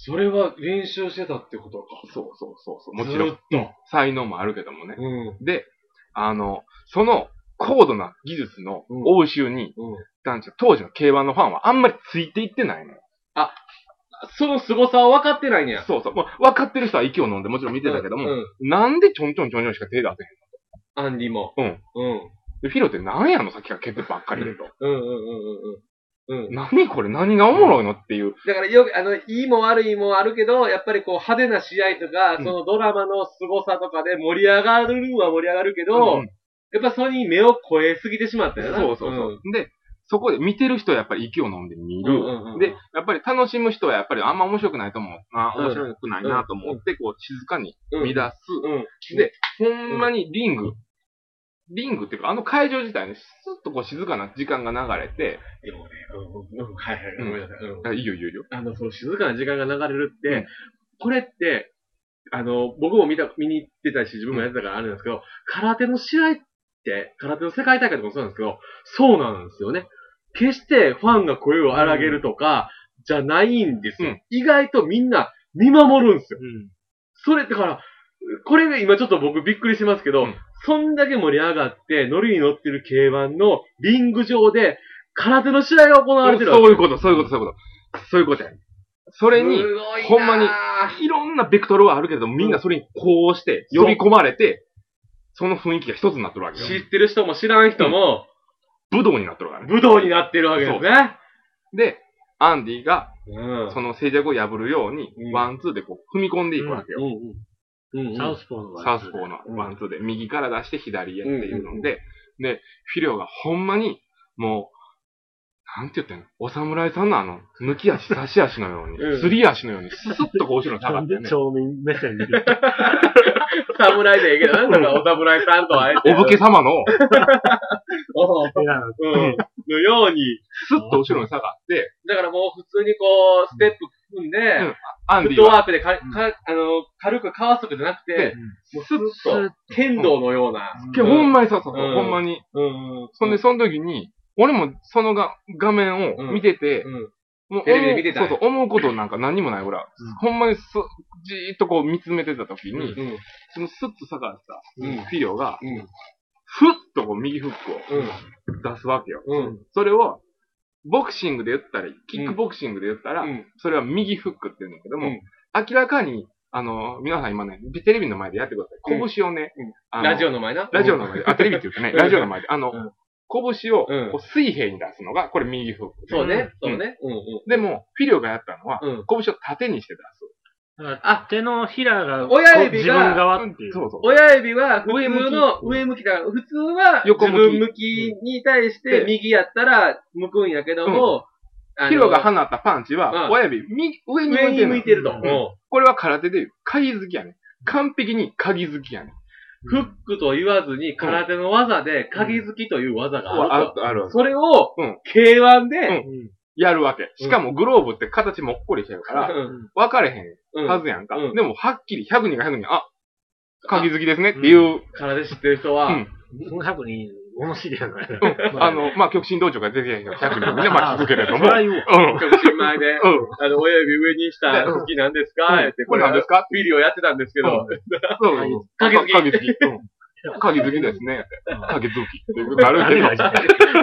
それは練習してたってことか。
そうそうそうそう。もちろ
ずー
ん
っ、と。
才能もあるけどもね。
うん。
で、あの、その高度な技術の応酬に、
うん。
なんちゅう当時の K1 のファンはあんまりついていってないのよ。
その凄さを分かってないんや。
そうそう。もう分かってる人は息を飲んでもちろん見てたけども、
うん。
なんでちょんちょんちょんちょんしか手出せへん
アンディも。
うん。
うん。
で、フィロって何やのさっきから蹴ってばっかりでと。
うんうんうんうんうん。うん。
何これ何がおもろいのっていう。
だからよく、あの、いいも悪いもあるけど、やっぱりこう派手な試合とか、
うん
そのドラマの凄さとかで盛り上がるのは盛り上がるけど、
うん
やっぱそれに目を超えすぎてしまったよな。
そうそうそう。で、そこで見てる人はやっぱり息を飲んで見る。
うんうんうんうん
で、やっぱり楽しむ人はやっぱりあんま面白くないと思う。あ
うん
面白くないなと思って、こう静かに
うん。
見出す。
うん。
で、ほんまにリング、リングっていうか、あの会場自体にスッとこう静かな時間が流れて、
でもね、うんうんうん。はいはい。ごめんなさい。うん。
あいいよいいよいいよ。
あの、その静かな時間が流れるって、
うん
これって、あの、僕も見た、見に行ってたし、自分もやってたからあれなんですけど、空手の試合って、空手の世界大会とかもそうなんですけど、そうなんですよね。決してファンが声を荒げるとか、じゃないんですよ。
うん
意外とみんな見守るんですよ。
うん。
それ、だから、これが今ちょっと僕びっくりしてますけど、
うん
そんだけ盛り上がって、ノリに乗ってる K1 のリング上で、空手の試合が行われてるわけ
そういうこと、そういうこと、そういうこと。そういうことやね。それに、
すごいなぁ
ほんまにいろんなベクトルはあるけれども、みんなそれにこうして、呼び込まれて、その雰囲気が一つになってるわけよ。
知ってる人も知らん人も、
武道になってるからね。
武道になってるわけですね。
で、アンディが、
うん
その静寂を破るように
うん、
ワンツーでこう、踏み込んでいくわけよ。
うんうん。うん
サウスポーの場合
サウスポーのワンツーで、右から出して左へってい
うんうんう
うの
ん
で、で、フィリオがほんまに、もう、なんて言ったんのお侍さんのあの、抜き足、差し足のように、
うん
すり足のように、ススッとこう後ろに下
な
がっ
ん
て
で
ね。
町民目線で言った
侍でええけど、なんだかお侍さんと会えて。
お武家様の、
おう
ってなの
うん。のように。
スッと後ろに下がって、
だからもう普通にこう、ステップ組んで、
んアン
フ
デ
ッ
ィ
ト
は、
ワークでか、か、あの、軽くかわすとかじゃなくて、もうスッと、剣道のような。
けほんまにそうそうそう、
うん
ほんまに。
うん。
そんで、その時に、俺もそのが画面を見てて、
うん、
もう
テレビで見てたん
そ
や
うそう、思うことなんか何にもないぐらい。ほんまにそ、じーっとこう見つめてた時に、
うん。
そのスッと下がった、
うん
フィリオが、
うん。
ふっとこう右フックを
うん。
出すわけよ。
うん。
それを、ボクシングで言ったり、キックボクシングで言ったら、
うん
それは右フックって言うんだけども、
うん
明らかに、あの、皆さん今ね、テレビの前でやってください。拳をね、
うん
あの
ラジオの前な。
ラジオの前で、あ、テレビって言うとね、ラジオの前で、あの、
うん
拳を
うん
こう水平に出すのが、これ右フック。
そうね。
う
そ
ん
うね。うんうん。
でも、フィリオがやったのは、
うん
拳を縦にして出す。
あ
あ、手のひらが、
親指が
こう自分側っていう。
そうそう。
親指は普通の上向きだから、普通は
横
自
向き
分向きに対して
うん
右やったら向くんやけども、あの
ヒロが放ったパンチは、
うん
親指、み上に
上に
向
向
い
い
て
てる
るの。
と。
う
これは空手でいう、鍵好きやね。完璧に鍵好きやね。
フックと言わずに空手の技で鍵付きという技がある
ああるわ
と。それを
うん、
K1
うん
で、
うん
やるわけ。しかもグローブって形もっこりしてる
う
から、
ん
分かれへ
うんん
はずやんか。
うん
でも、はっきり100人が100人、あ、鍵好きですねっていう、
空手知ってる人
う
は
ん、
その100人、面白いやないな。
あの、まあ、極真道場が出てない人100人みんな待ち続けるけども。
そら
う
言うわ
ん。
極真前で、
うん。
あの、親指上にした好きなんですかって、
これ何ですか
ビリをやってたんですけど、
そうそうそう。
鍵好き
鍵好き。うん鍵好きですね。鍵好き。っていうことあるけど
何。が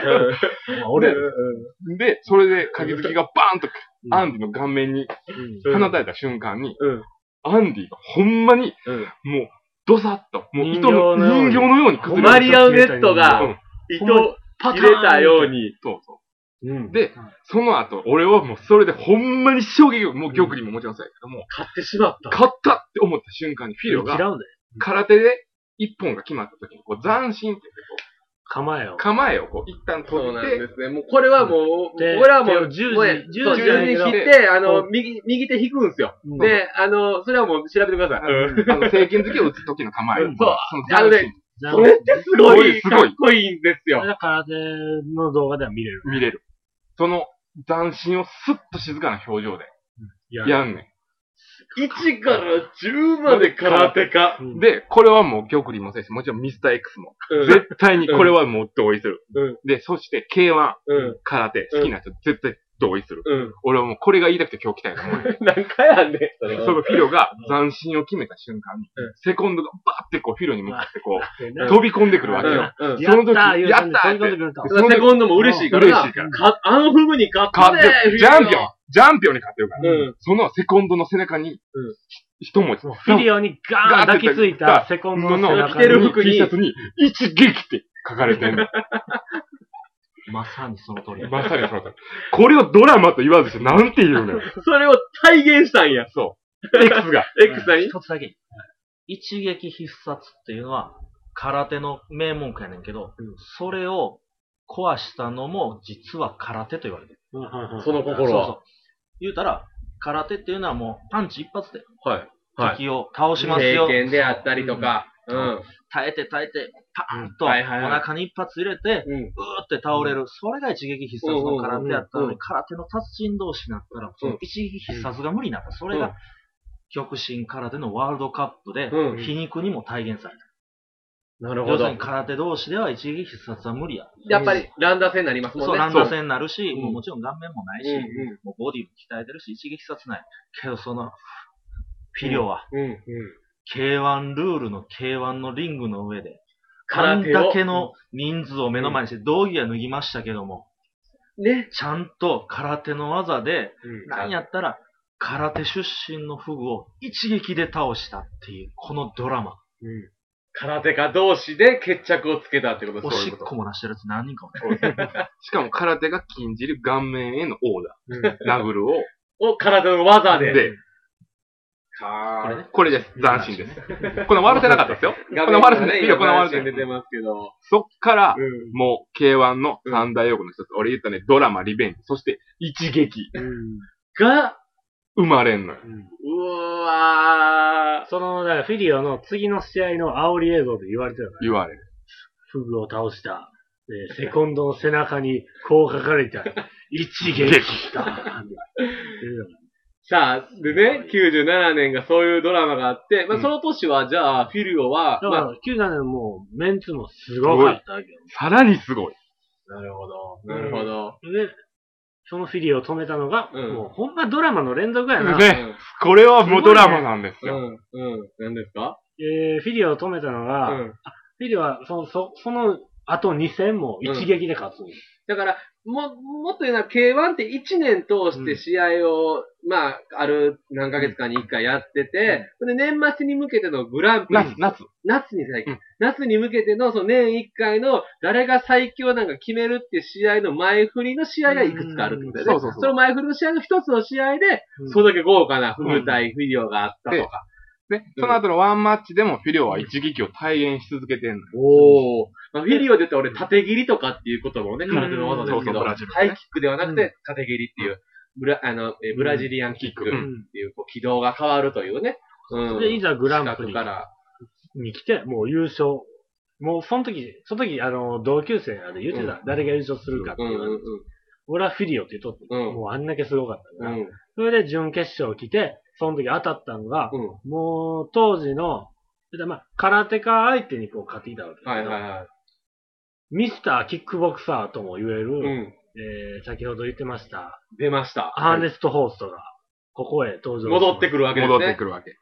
まあ俺
うん、
で、それで、鍵付きがバーンと、
うん
アンディの顔面に
う
うん
放たれた瞬間に、
うん
アンディがほんまに、
うん
もう、ドサッと、もう糸の、
人
人形
形
のように崩
マ
れる。
リアウネット
う
が
ん
糸を入れたように、
そうそ
ん
う。で、その後、俺はもうそれでほんまに衝撃を、もう玉林ももちろんそうやけども、
買ってしまった。
勝ったって思った瞬間にフィ
違う
ル
んだ
が、
よ。
空手で一本が決まった時に、こう、斬新って言って、
構え
こ
を
う、。構えをこう、一旦
そう
閉
なん
じ
で
て、
すね。もうこれはもう、
で
これはもう、
手を
もう
10時
そう
10時じゃないけ
10
ど
時引いて、あ
う
の、右、右手引くんですよ。
うん
で、あの、それはもう調べてください。
あの、聖剣好きを打つ時の構え。
うんそう
の斬新。
じゃあ
それってすごい、
すごいすご
か
い
っこいいんです
それ
よ。
が空手の動画では見れる。
見れる。その斬新をスッと静かな表情で
いや
やんね
1から10まで空手か。
うん
ん。で、これはもう玉林もせし、もちろんミスター X も。
うん
絶対にこれはもう同意する。
うん
で、そして K1、
うん
空手、好きな人絶対同意する。
うん。
俺はもうこれが言いたくて今日来たよ、もう。
何回やんねん、それ
そのフィロが斬新を決めた瞬間に
うん、
セコンドがバーってこうフィロに向かってこう、
でね
飛び込んでくるわけよ。
うんうん
その時
言う
やった
飛
ー
び込んでくれた
で
だからセコンドも嬉しいから
嬉しいから
な。かあのフグに勝
勝
っ
ってて、ジャンピオン、ジャンピオンに勝ってるから、
うん
そのセコンドの背中に、
うん
一文字、
フィリオにガーン抱きついたセコンドの背
着
中
てる
に
服に
T シャツに、一撃って書かれてんの。
まさにその通り。
まさにその通りこれをドラマと言わずして、なんて言うの よ。
それを体現したんや。
X が。
X 何
一つだけ。一撃必殺っていうのは、空手の名文句やねんけど、それを壊したのも、実は空手と言われてる。
うんうんうん
その
そう
心
そ
は。
う。言うたら、空手っていうのはもう、パンチ一発で
はい。はい。
敵を倒しますよ。
経験であったりとか。うんん。
耐えて耐えて、パーンと、お
はいはいはい
腹に一発入れて、
うん。
うーって倒れる。それが一撃必殺の空手やった
うんうんう
の
ん
に、空手の達人同士になったら、その一撃必殺が無理になった。それ
うん
が、極真空手のワールドカップで、
うん
皮肉にも体現された。
なる
要
ほ
す
ど
るに。空手同士では一撃必殺は無理や。
やっぱり、乱打戦になりますもん
そ
ね。
う、乱打戦になるし、
ん
もうもちろん顔面もないし、
う
もうボディも鍛えてるし、一撃必殺ない。けどその、肥料は、
ん。うん。うん。
K1 ルールの K1 のリングの上で、あ
空
ん
手を
だ。けの人数を目の前にして、道着は脱ぎましたけども、
ね。
ちゃんと空手の技で、
うん
なんやったら、空手出身のフグを一撃で倒したっていう、このドラマ。
空手家同士で決着をつけたってこと
お
そういう
しっ
こと。
こも出してるやつ何人かもね。
しかも空手が禁じる顔面へのオーダー。殴るを。
を空手の技で。
で、
こ
か
れね。
これです。斬新です。この笑ってなかったですよ。
画
この
面
笑って
が
ない。
ね、
いや
今
この笑っ
話出
てな
て
い。
ますけど。
そっから
う、ん。
もう K1 の三大用語の一つ。俺言ったね、ドラマ、リベンジ、そして一撃、
うん
が、
生まれんのよ。
うん
うわ
その、だからフィリオの次の試合の煽り映像で言われてたから、
言われる。
フグを倒した。で、セコンドの背中にこう書かれた。一撃だ。
ー。さあ、でね、97年がそういうドラマがあって、まあ、その年は、じゃあ、フィルオは、
だか
まあ、
ら、97年もうメンツもすごかったわけよ。
さらにすごい。
なるほど。
なるほど。
で、そのフィリーを止めたのが、
うん
もうほんまドラマの連続やな。
う
ね
ん。
これはもうドラマなんです
う
よ。
ん。うん。何ですか
えー、フィリーを止めたの
う
が、
ん。
フィリーはその、そその後2戦も一撃で勝つ。
だから、も、もっと言うなら K1 って1年通して試合を、まあ、ある何ヶ月間に1回やってて、それで年末に向けてのグランプリ、
夏、夏。
夏に最近、
うん
夏に向けてのその年1回の誰が最強なんか決めるって試合の前振りの試合がいくつかあるってことだよね。
うんそうそうそう
の前振りの試合の一つの試合で、
うん
それだけ豪華なフル対フィリオがあったとか。
ね、その後のワンマッチでもフィリオは一撃を体現し続けてんの。
おお、まあ、フィリオで言ったら俺、縦切りとかっていう言葉をね、空手の技です
そう
け
そう
ど、
ブ
ハ
ラ
イ
ジル
キックではなくて、縦切りっていう、ブラあのえブラジリアンキックっ
うん
ていう、こう軌道が変わるというね。うん。
で、いざグランプ
視覚
リ
から。
に来て、もう優勝。もうその時、その時、あの、同級生やで言ってた、誰が優勝するかって
う
い
ん
う、
うん
俺はフィリオって言っとって、
うん
もうあんだけすごかった
う
から、
ん。うん。
それで準決勝来て、その時当たったのが、
うん。
もう当時の、でまあ、空手家相手にこう勝っていたわけですけど、
はいはいはい。
ミスターキックボクサーとも言える、
うん。
えー、先ほど言ってました、
出ました。
アーネスト・ホーストが、ここへ登場
戻ってくるわけですね。
戻ってくるわけ。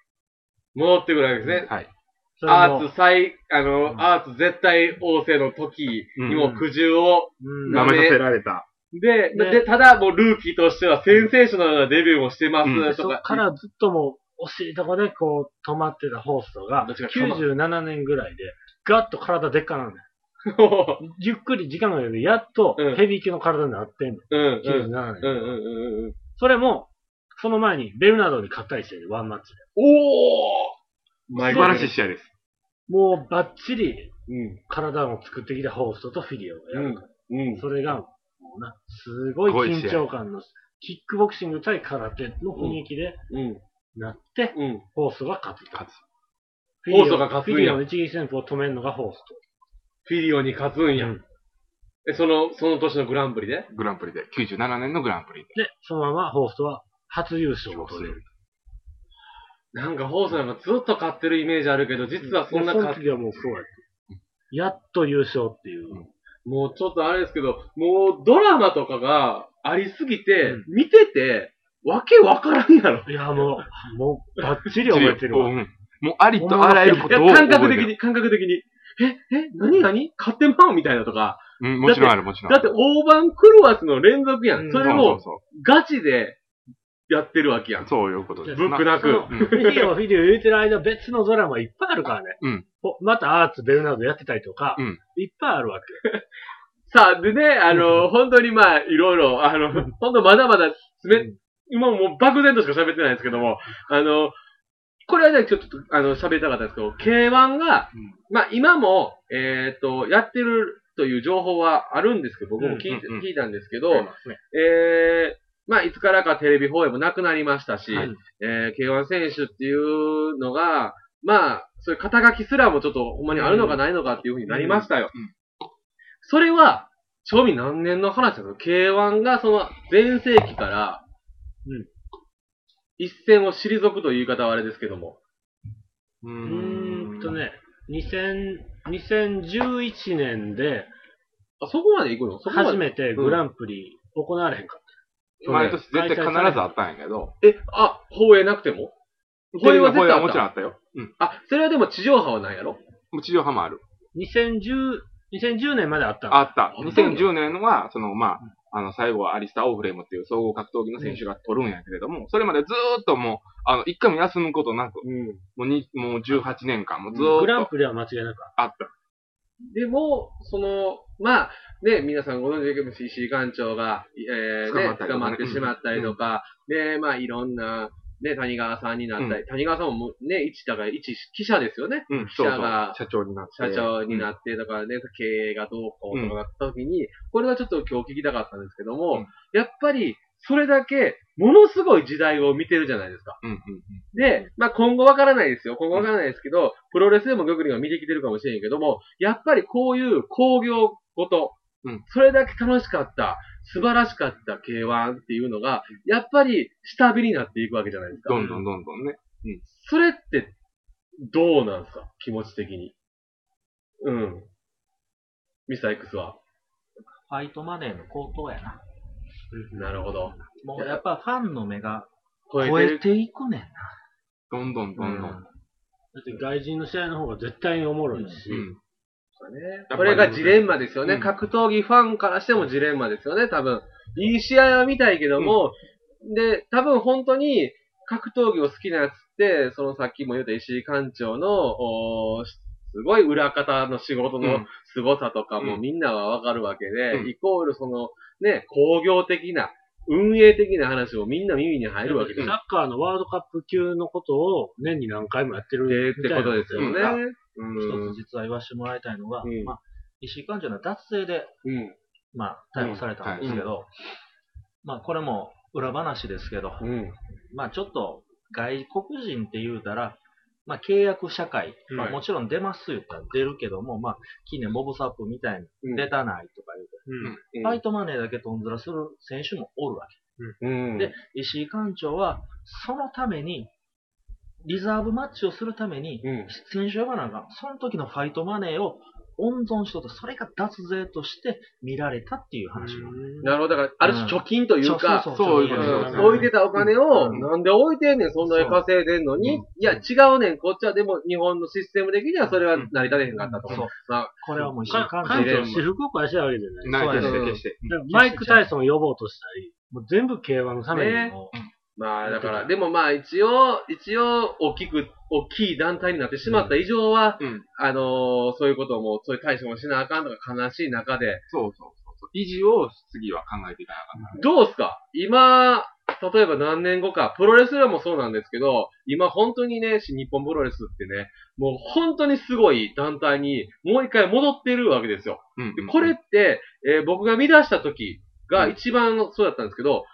戻ってくるわけですね。
はい。
それも
アーツ最、あの、
うん
アーツ絶対王政の時にも
うん
苦渋を、
うん
舐めさせられた。
で、
ね
で、ただもうルーキーとしてはセンセーショナルなデビューもしてま
う
す
そ
と
こ
か。
からずっともう、惜しいとこでこう、止まってたホーストが
どっちが、止ま
97年ぐらいで、ガッと体でっかなんだよ。
も
ゆっくり時間がかけて、やっと
うん
ヘビー級の体になってんの。
ううんうん。う
97
んう
年。
んうんうん。
それも、その前にベルナードに勝ったりしてる、ワンマッチで。
おー
素晴らしい試合です。
もうバッチリ
うん。
体を作ってきたホーストとフィリオをやるから。
うん。
それが、もうな、すごい緊張感の、キックボクシング対空手の雰囲気で
うん。
なって、
うん。
ホーストが勝つ。
勝つ。
フィリオ
ホーストが勝つんや
フィリオの一撃旋風を止めるのがホースト。
フィリオに勝つんや
うん。
え、その、その年のグランプリで
グランプリで。97年のグランプリで。
で、そのままホーストは初優勝を
そうす
取れる
る。。
なんか、ホースなんかずっと勝ってるイメージあるけど、実はそんな
でその
勝
時はもうそうやって。やっと優勝っていう。
もうちょっとあれですけど、もうドラマとかがありすぎて、
うん
見てて、わけわからんやろ。
いや、もう、もう、ばっちり覚えてるわ。
うんもうありとあらゆるこ
いや
とを覚え
感
てる。
覚的に、感覚的に。え、え、何何勝ってまうみたいなとか。
うん、もちろんある、もちろんあ
だっ
る。
て、大盤狂わずの連続や。
うんん
そ
そう
れ
そう
を
そ
ガチでやってるわけや
う。
ん。
そういうことです。
ブックな
その
く。
フィリオ、フィリオ言うてる間、別のドラマいっぱいあるからね。
うん
おまたアーツ、ベルナードやってたりとか、
うん
いっぱいあるわけ。
さあ、でね、あの、本当にまあ、いろいろ、あの、本当まだまだ、
う
め
ん、
今もう漠然としか喋ってないんですけども、あの、これはね、ちょっと、あの、喋りたかったんですけど、K1 が、
うん
まあ、今も、えっ、と、やってるという情報はあるんですけど、僕も聞い,、
うんうんうん
聞いたんですけど、
うん
えーまあ、いつからかテレビ放映もなくなりましたし、
はい
えー K1 選手っていうのが、まあ、そういう肩書きすらもちょっとほんまにあるのかないのかっていうふうになりましたよ。
うんうん
それは、正味何年の話なの ?K1 がその前世紀から、
うん
一線を退くという言い方はあれですけども。
う
うーんと。ね、2000 2011年で、
あ、そこまで行くのそこまで
初めてグランプリ行われへんかっ
毎年絶対必ずあったんやけど。
え、あ、放映なくても
こ
放
れ
映は
は
絶対あ
も
っ
ち
た。
ろんあったよ。うん。
あ、それはでも地上波はないやろ
もう地上波もある。
た。2010、2010年まであったの
あった。
あ
2010年は、その、まあ、あの、最後はアリスター・オーフレームっていう総合格闘技の選手が取るんやけれども、それまでずーっともう、あの、一回も休むことなく、
うん。
もうに、もう18年間もず
グラ
ー
ン
っと
プリは間違いなくあっ
あった。
でも、その、まあ、ね、皆さんご存知だけど、CC 艦長が、えー、
捕ま
ね捕まっ
っ、たりとかね
てしまったりとか、で、まあ、いろんな、ね、谷川さんになったり、谷川さんももうね、一、だから一記者ですよね。
うん、
記
そう
者
そう。
が
社長になって。
社長にな
って。
って、とかね、経営がどうこうとかなった時に、これはちょっと今日聞きたかったんですけども、
うん
やっぱり、それだけ、ものすごい時代を見てるじゃないですか。
うん、うん、
で、まあ、今後わからないですよ。今後わからないですけど、プロレスでも玉林は見てきてるかもしれんけども、やっぱりこういう工業ごと、
うん
それだけ楽しかった、素晴らしかった K1 っていうのが、やっぱり下火になっていくわけじゃないですか。
どんどんどんどんね。
それって、どうなんですか気持ち的に。うん。ミスター X は。
ファイトマネーの高騰やな。
なるほど。
もうやっぱファンの目が
超
超
えて
え
る。
ていくねんな。
どんどんどんどん。
うん
って外人の試合の方が絶対におもろいし、
うん
ね、これがジレンマですよね、
うん
格闘技ファンからしてもジレンマですよね、多分。いい試合は見たいけども、で、多分本当に格闘技を好きなやつって、そのさっきも言った石井館長の、おーすごい裏方の仕事
う
の
ん
凄さとかも
うん
みんなはわかるわけで、
うん
イコールその、ね、工業的な、運営的な話もみんな耳に入るわけです
サッカーのワールドカップ級のことを年に何回もやって
でっ
るみ
て
たい
こ
な
とですよね。うん
一つ実は言わせてもらいたいのが、
うん
まあ、石井館長の脱税で、
うん。
まあ、逮捕されたんですけど、まあ、これも裏話ですけど、
うん。
まあ、ちょっと外国人って言うたら、まあ、契約社会、まあもちろん出ます言ったら出るけども、まあ、近年モブサップみたいに
うん
出たないとか言うて、ファイトマネーだけとんずらする選手もおるわ
うん。
け。で、石井館長は、そのために、リザーブマッチをするために、
うん。
選手がなんか、その時のファイトマネーを温存しとった、それが脱税として見られたっていう話もある。
なるほど。だから、ある種貯金というか、
そう
そういう
そ
こ
う
と
そ
で
う
う
す
ん
ね
置いてたお金を、
うん
なんで置いてんねん、そんなに稼いでんのに。いや、違うねん、こっちはでも日本のシステム的にはそれは成り立てへんかったと。
そう
まあ、
これはもう一
か
関
館
係
長は私服を返してるわけじゃない。
ない、
そ
決
うやね
して決して。
だからマイク・タイソンを呼ぼうとしたり、もう全部 K1 のために。
ねまあ、だか
う
ら、
ん
でもまあ、一応、一応、大きく、大きい団体になってしまった以上は、
うん
あのーそういうことも、そういう対処もしなあかんとか悲しい中で、
そうそうそうそう。維持を次は考えていかなあかんな。
どうすか今、例えば何年後か、プロレスラーもそうなんですけど、今本当にね、し日本プロレスってね、もう本当にすごい団体にもう一回戻ってるわけですよ。
うん
でこれって、えー僕が見出した時が一番そうだったんですけど、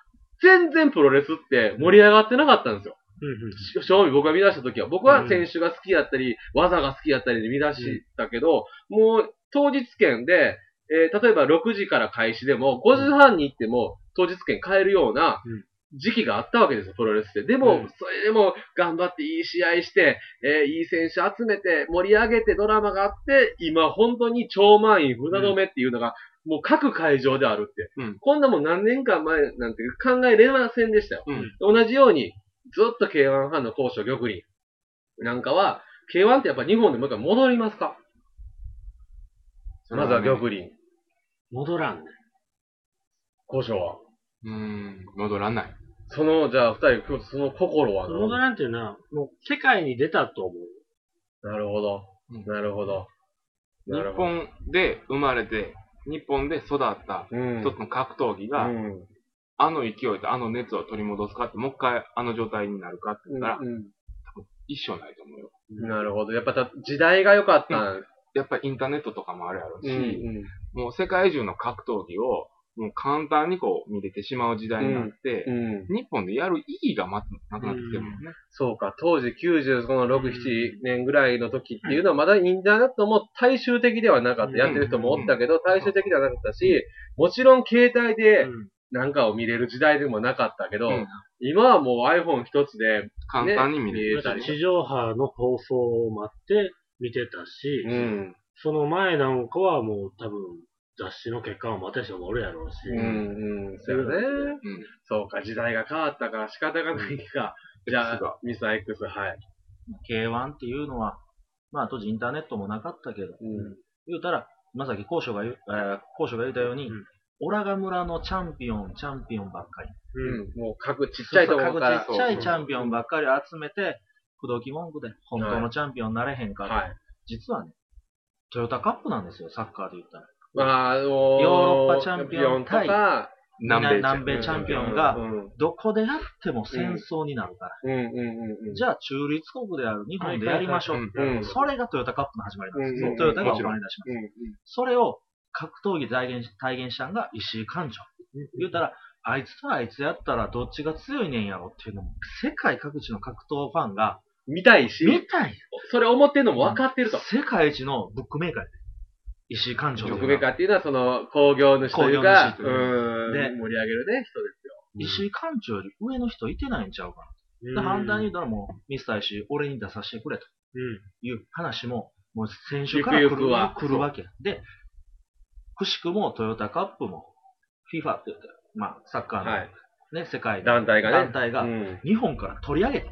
全然プロレスって盛り上がってなかったんですよ。
うんうん
し正味僕が見出した時は。僕は選手が好きだったり、技が好きだったりで見出したけど、もう当日券で、えー例えば6時から開始でも、5時半に行っても当日券買えるような
うん
時期があったわけですよ、プロレスって。で
う
も
ん、
それでも頑張っていい試合して、えーいい選手集めて、盛り上げてドラマがあって、今本当に超満員船止めっていうのが、もう各会場であるって。
うん
こんなもん何年間前なんて考えれませんでしたよ。
うん
同じように、ずっと K1 ファンの高所玉林なんかは、K1 ってやっぱ日本でもう一回戻りますかまずは玉
う
林。
戻らんね。
高所は。
ーん、戻らない。
その、じゃあ二人、その心は
戻
な
らんっていうのは、もう世界に出たと思う。
なるほど。
うん
なるほど。
日
なるほど。
本で生まれて、日本で育った
うん
一つの格闘技が、
うん
あの勢いとあの熱を取り戻すかって、もう一回あの状態になるかって言ったら、
う
一生ないと思うよ。
んなるほど。やっぱた時代が良かったん
やっぱりインターネットとかもあるやろうし、
うん
もう世界中の格闘技を、もう簡単にこう見れてしまう時代になって、
うんうん
日本でやる意義がまずなくなってきてるもんね。
そうか、当時96、7年ぐらいの時っていうのは、まだインターネットも大衆的ではなかった。やってる人もおったけど、大衆的ではなかったし、もちろん携帯でなんかを見れる時代でもなかったけど
うん、
今はもう iPhone 一つで、
簡単に見れる。
え
だから地上波の放送を待って見てたし、
うん。
その前なんかはもう多分雑誌の結果を待てる人もおるやろうし、
うん、うん、そうよね。
うん
そうか、時代が変わったから仕方がないか。じゃ
ですが
あ、ミサ X、はい。
K1 っていうのは、まあ当時インターネットもなかったけど、
うん
言うたら、まさき高所が言う、えー、高所が言ったように、
うん
オラガ村のチャンピオン、チャンピオンばっかり。
うん
うん、もう各ちっちゃいところから
各。地ちっちゃいチャンピオンばっかり集めて、口説き文句で、本当のチャンピオンになれへんから、
はい。
実はね、トヨタカップなんですよ、サッカーで言ったら。
まあ、あのヨ
ヨーロッパチャンピオン対
とか、
南米
南米チャンピオンが
うん
どこでやっても戦争になるから。
うんうんうんうん。
じゃあ中立国である日本でやりましょう。
うん
うん
それがトヨタカップの始まりなんです
うん
よ。
うん
トヨタが
も
生
ちろん
まれ出します。
うんうん
それを格闘技で体現し体現したんが石井館長。言うたら、あいつとあいつやったらどっちが強いねんやろっていうのも、世界各地の格闘ファンが
見たい
見
し、
たい。
それ思ってんのも分かってると。
世界一のブックメーカーやで石井館長というのは
特別化っていうのは、その、工業主というか、う
興行主と
ーん、
で
盛り上げるね、人ですよ。
石井館長より上の人いてないんちゃうか
うん
な。反対に言うたらもう、ミスター石井、俺に出させてくれと。
うん
いう話も、もう選手から来
ゆ
る
くゆくは
来るわけ。で、くしくもトヨタカップも、FIFA って言ったらまあ、サッカーの、
はい
ね、世界の
団体がね。
団体が
うん。
日本から取り上げて、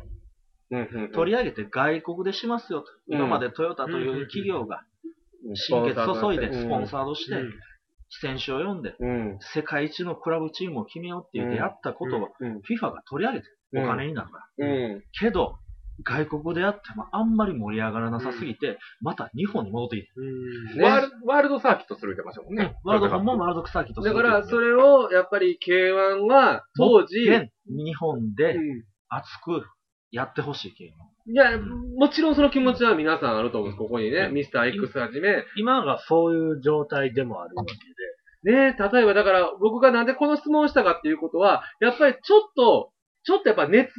うんうんうん
取り上げて外国でしますよと。
うん
今までトヨタという企業が心血注いでスポンサードして、選手を呼んで、
うん。
世界一のクラブチームを決めようっていう出会ったことは、
うん。
FIFA が取り上げて
うん
お金になるから。
うん。
けど、外国であってもあんまり盛り上がらなさすぎて、また日本に戻っていっ
うん。
ワールワールドサーキットするってましたもん
て、
ね。
ワールドカップもワールドサーキット
だから、そ
れ
れを、やっぱり K1 は、当時、
現日本で
うん
熱くやってほしいけど、
いや、もちろんその気持ちは皆さんあると思うんです、ここにね、
う
ミスター X はじめ。ね、
今がそういう状態でもあるわけで、
例えばだから、僕がなんでこの質問をしたかっていうことは、やっぱりちょっと、ちょっとやっぱ熱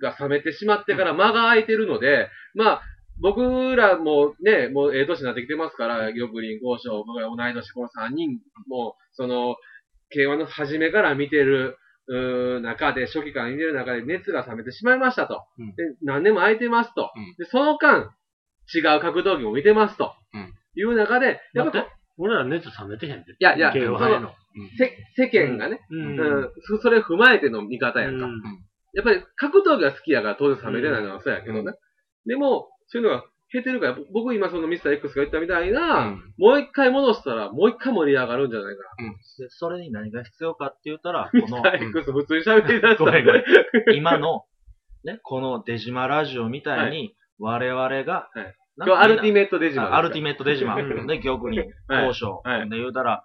が冷めてしまってから間が空いてるので、まあ、僕らもね、もうええ年になってきてますから、玉林、豪商、僕ら同い年、この3人も、その、K1 の初めから見てる、うー中で、初期から見てる中で熱が冷めてしまいましたと。
うん
で、何年も空いてますと。
うん
で、その間、違う格闘技も見てますと。
うん
いう中で、やっぱ
待っ
こ
俺ら熱冷めてへんって。い
やいや
の。
そのうせ世間がね、
う。
うんんそそれを踏まえての見方やんか。
うん
やっぱり格闘技が好きやから当然冷めれないのはそうやけどね。
うん
でも、そういうのが減ってるから、ぼ僕今そのミスター X が言ったみたいな、
うん
もう一回戻したらもう一回盛り上がるんじゃないか
でそれに何が必要かって言っ たら、この
な。ミスター X 普通に喋り出した。
ごめんごめん今の、ね、このデジマラジオみたいに、我々が、
はい
なんて
今日アルティ
言
メットデ
う
ジ
んだ
マル。
あアルティメットデジマ
う
ル、
ん
ね、玉林、
はい
交渉、
はい
で言うたら、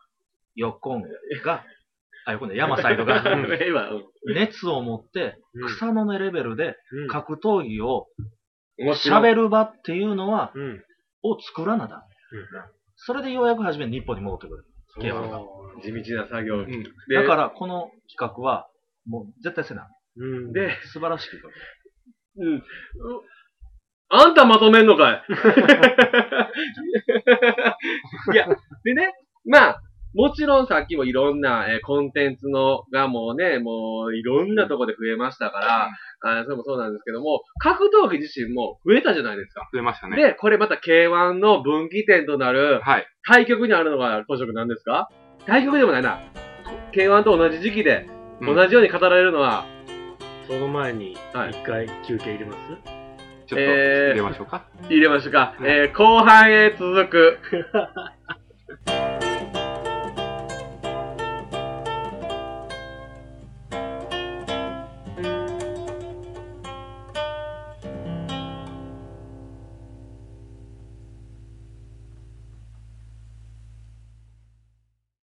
ヨッコンが、あ、ヨッコンで山サイ ドが、
今、うん
熱を持って、
うん
草の根レベルで
うん
格闘技を
面白い
喋る場っていうのは、
うん。
を作らなだ。それでようやく初めに日本に戻ってくる。K1 が
地道な作業。
ん
で
だから、この企画は、もう絶対せな。
うん。
で、
素晴らしい企画。
うん。うあんたまとめんのかいいや、でね、まあ、もちろんさっきもいろんな、えーコンテンツのがもうね、もういろんなとこで増えましたから、あーそれもそうなんですけども、格闘技自身も増えたじゃないですか。
出ましたね。
で、これまた K1 の分岐点となる
はい。
対局にあるのが当職なんですか対局でもないな。K1 と同じ時期で
う
同
ん
じように語られるのは、
その前に、
はい
一回休憩入れます
ちょっと
えー
出ましょうか。
入れましょうか。
うん
えー後半へ続く。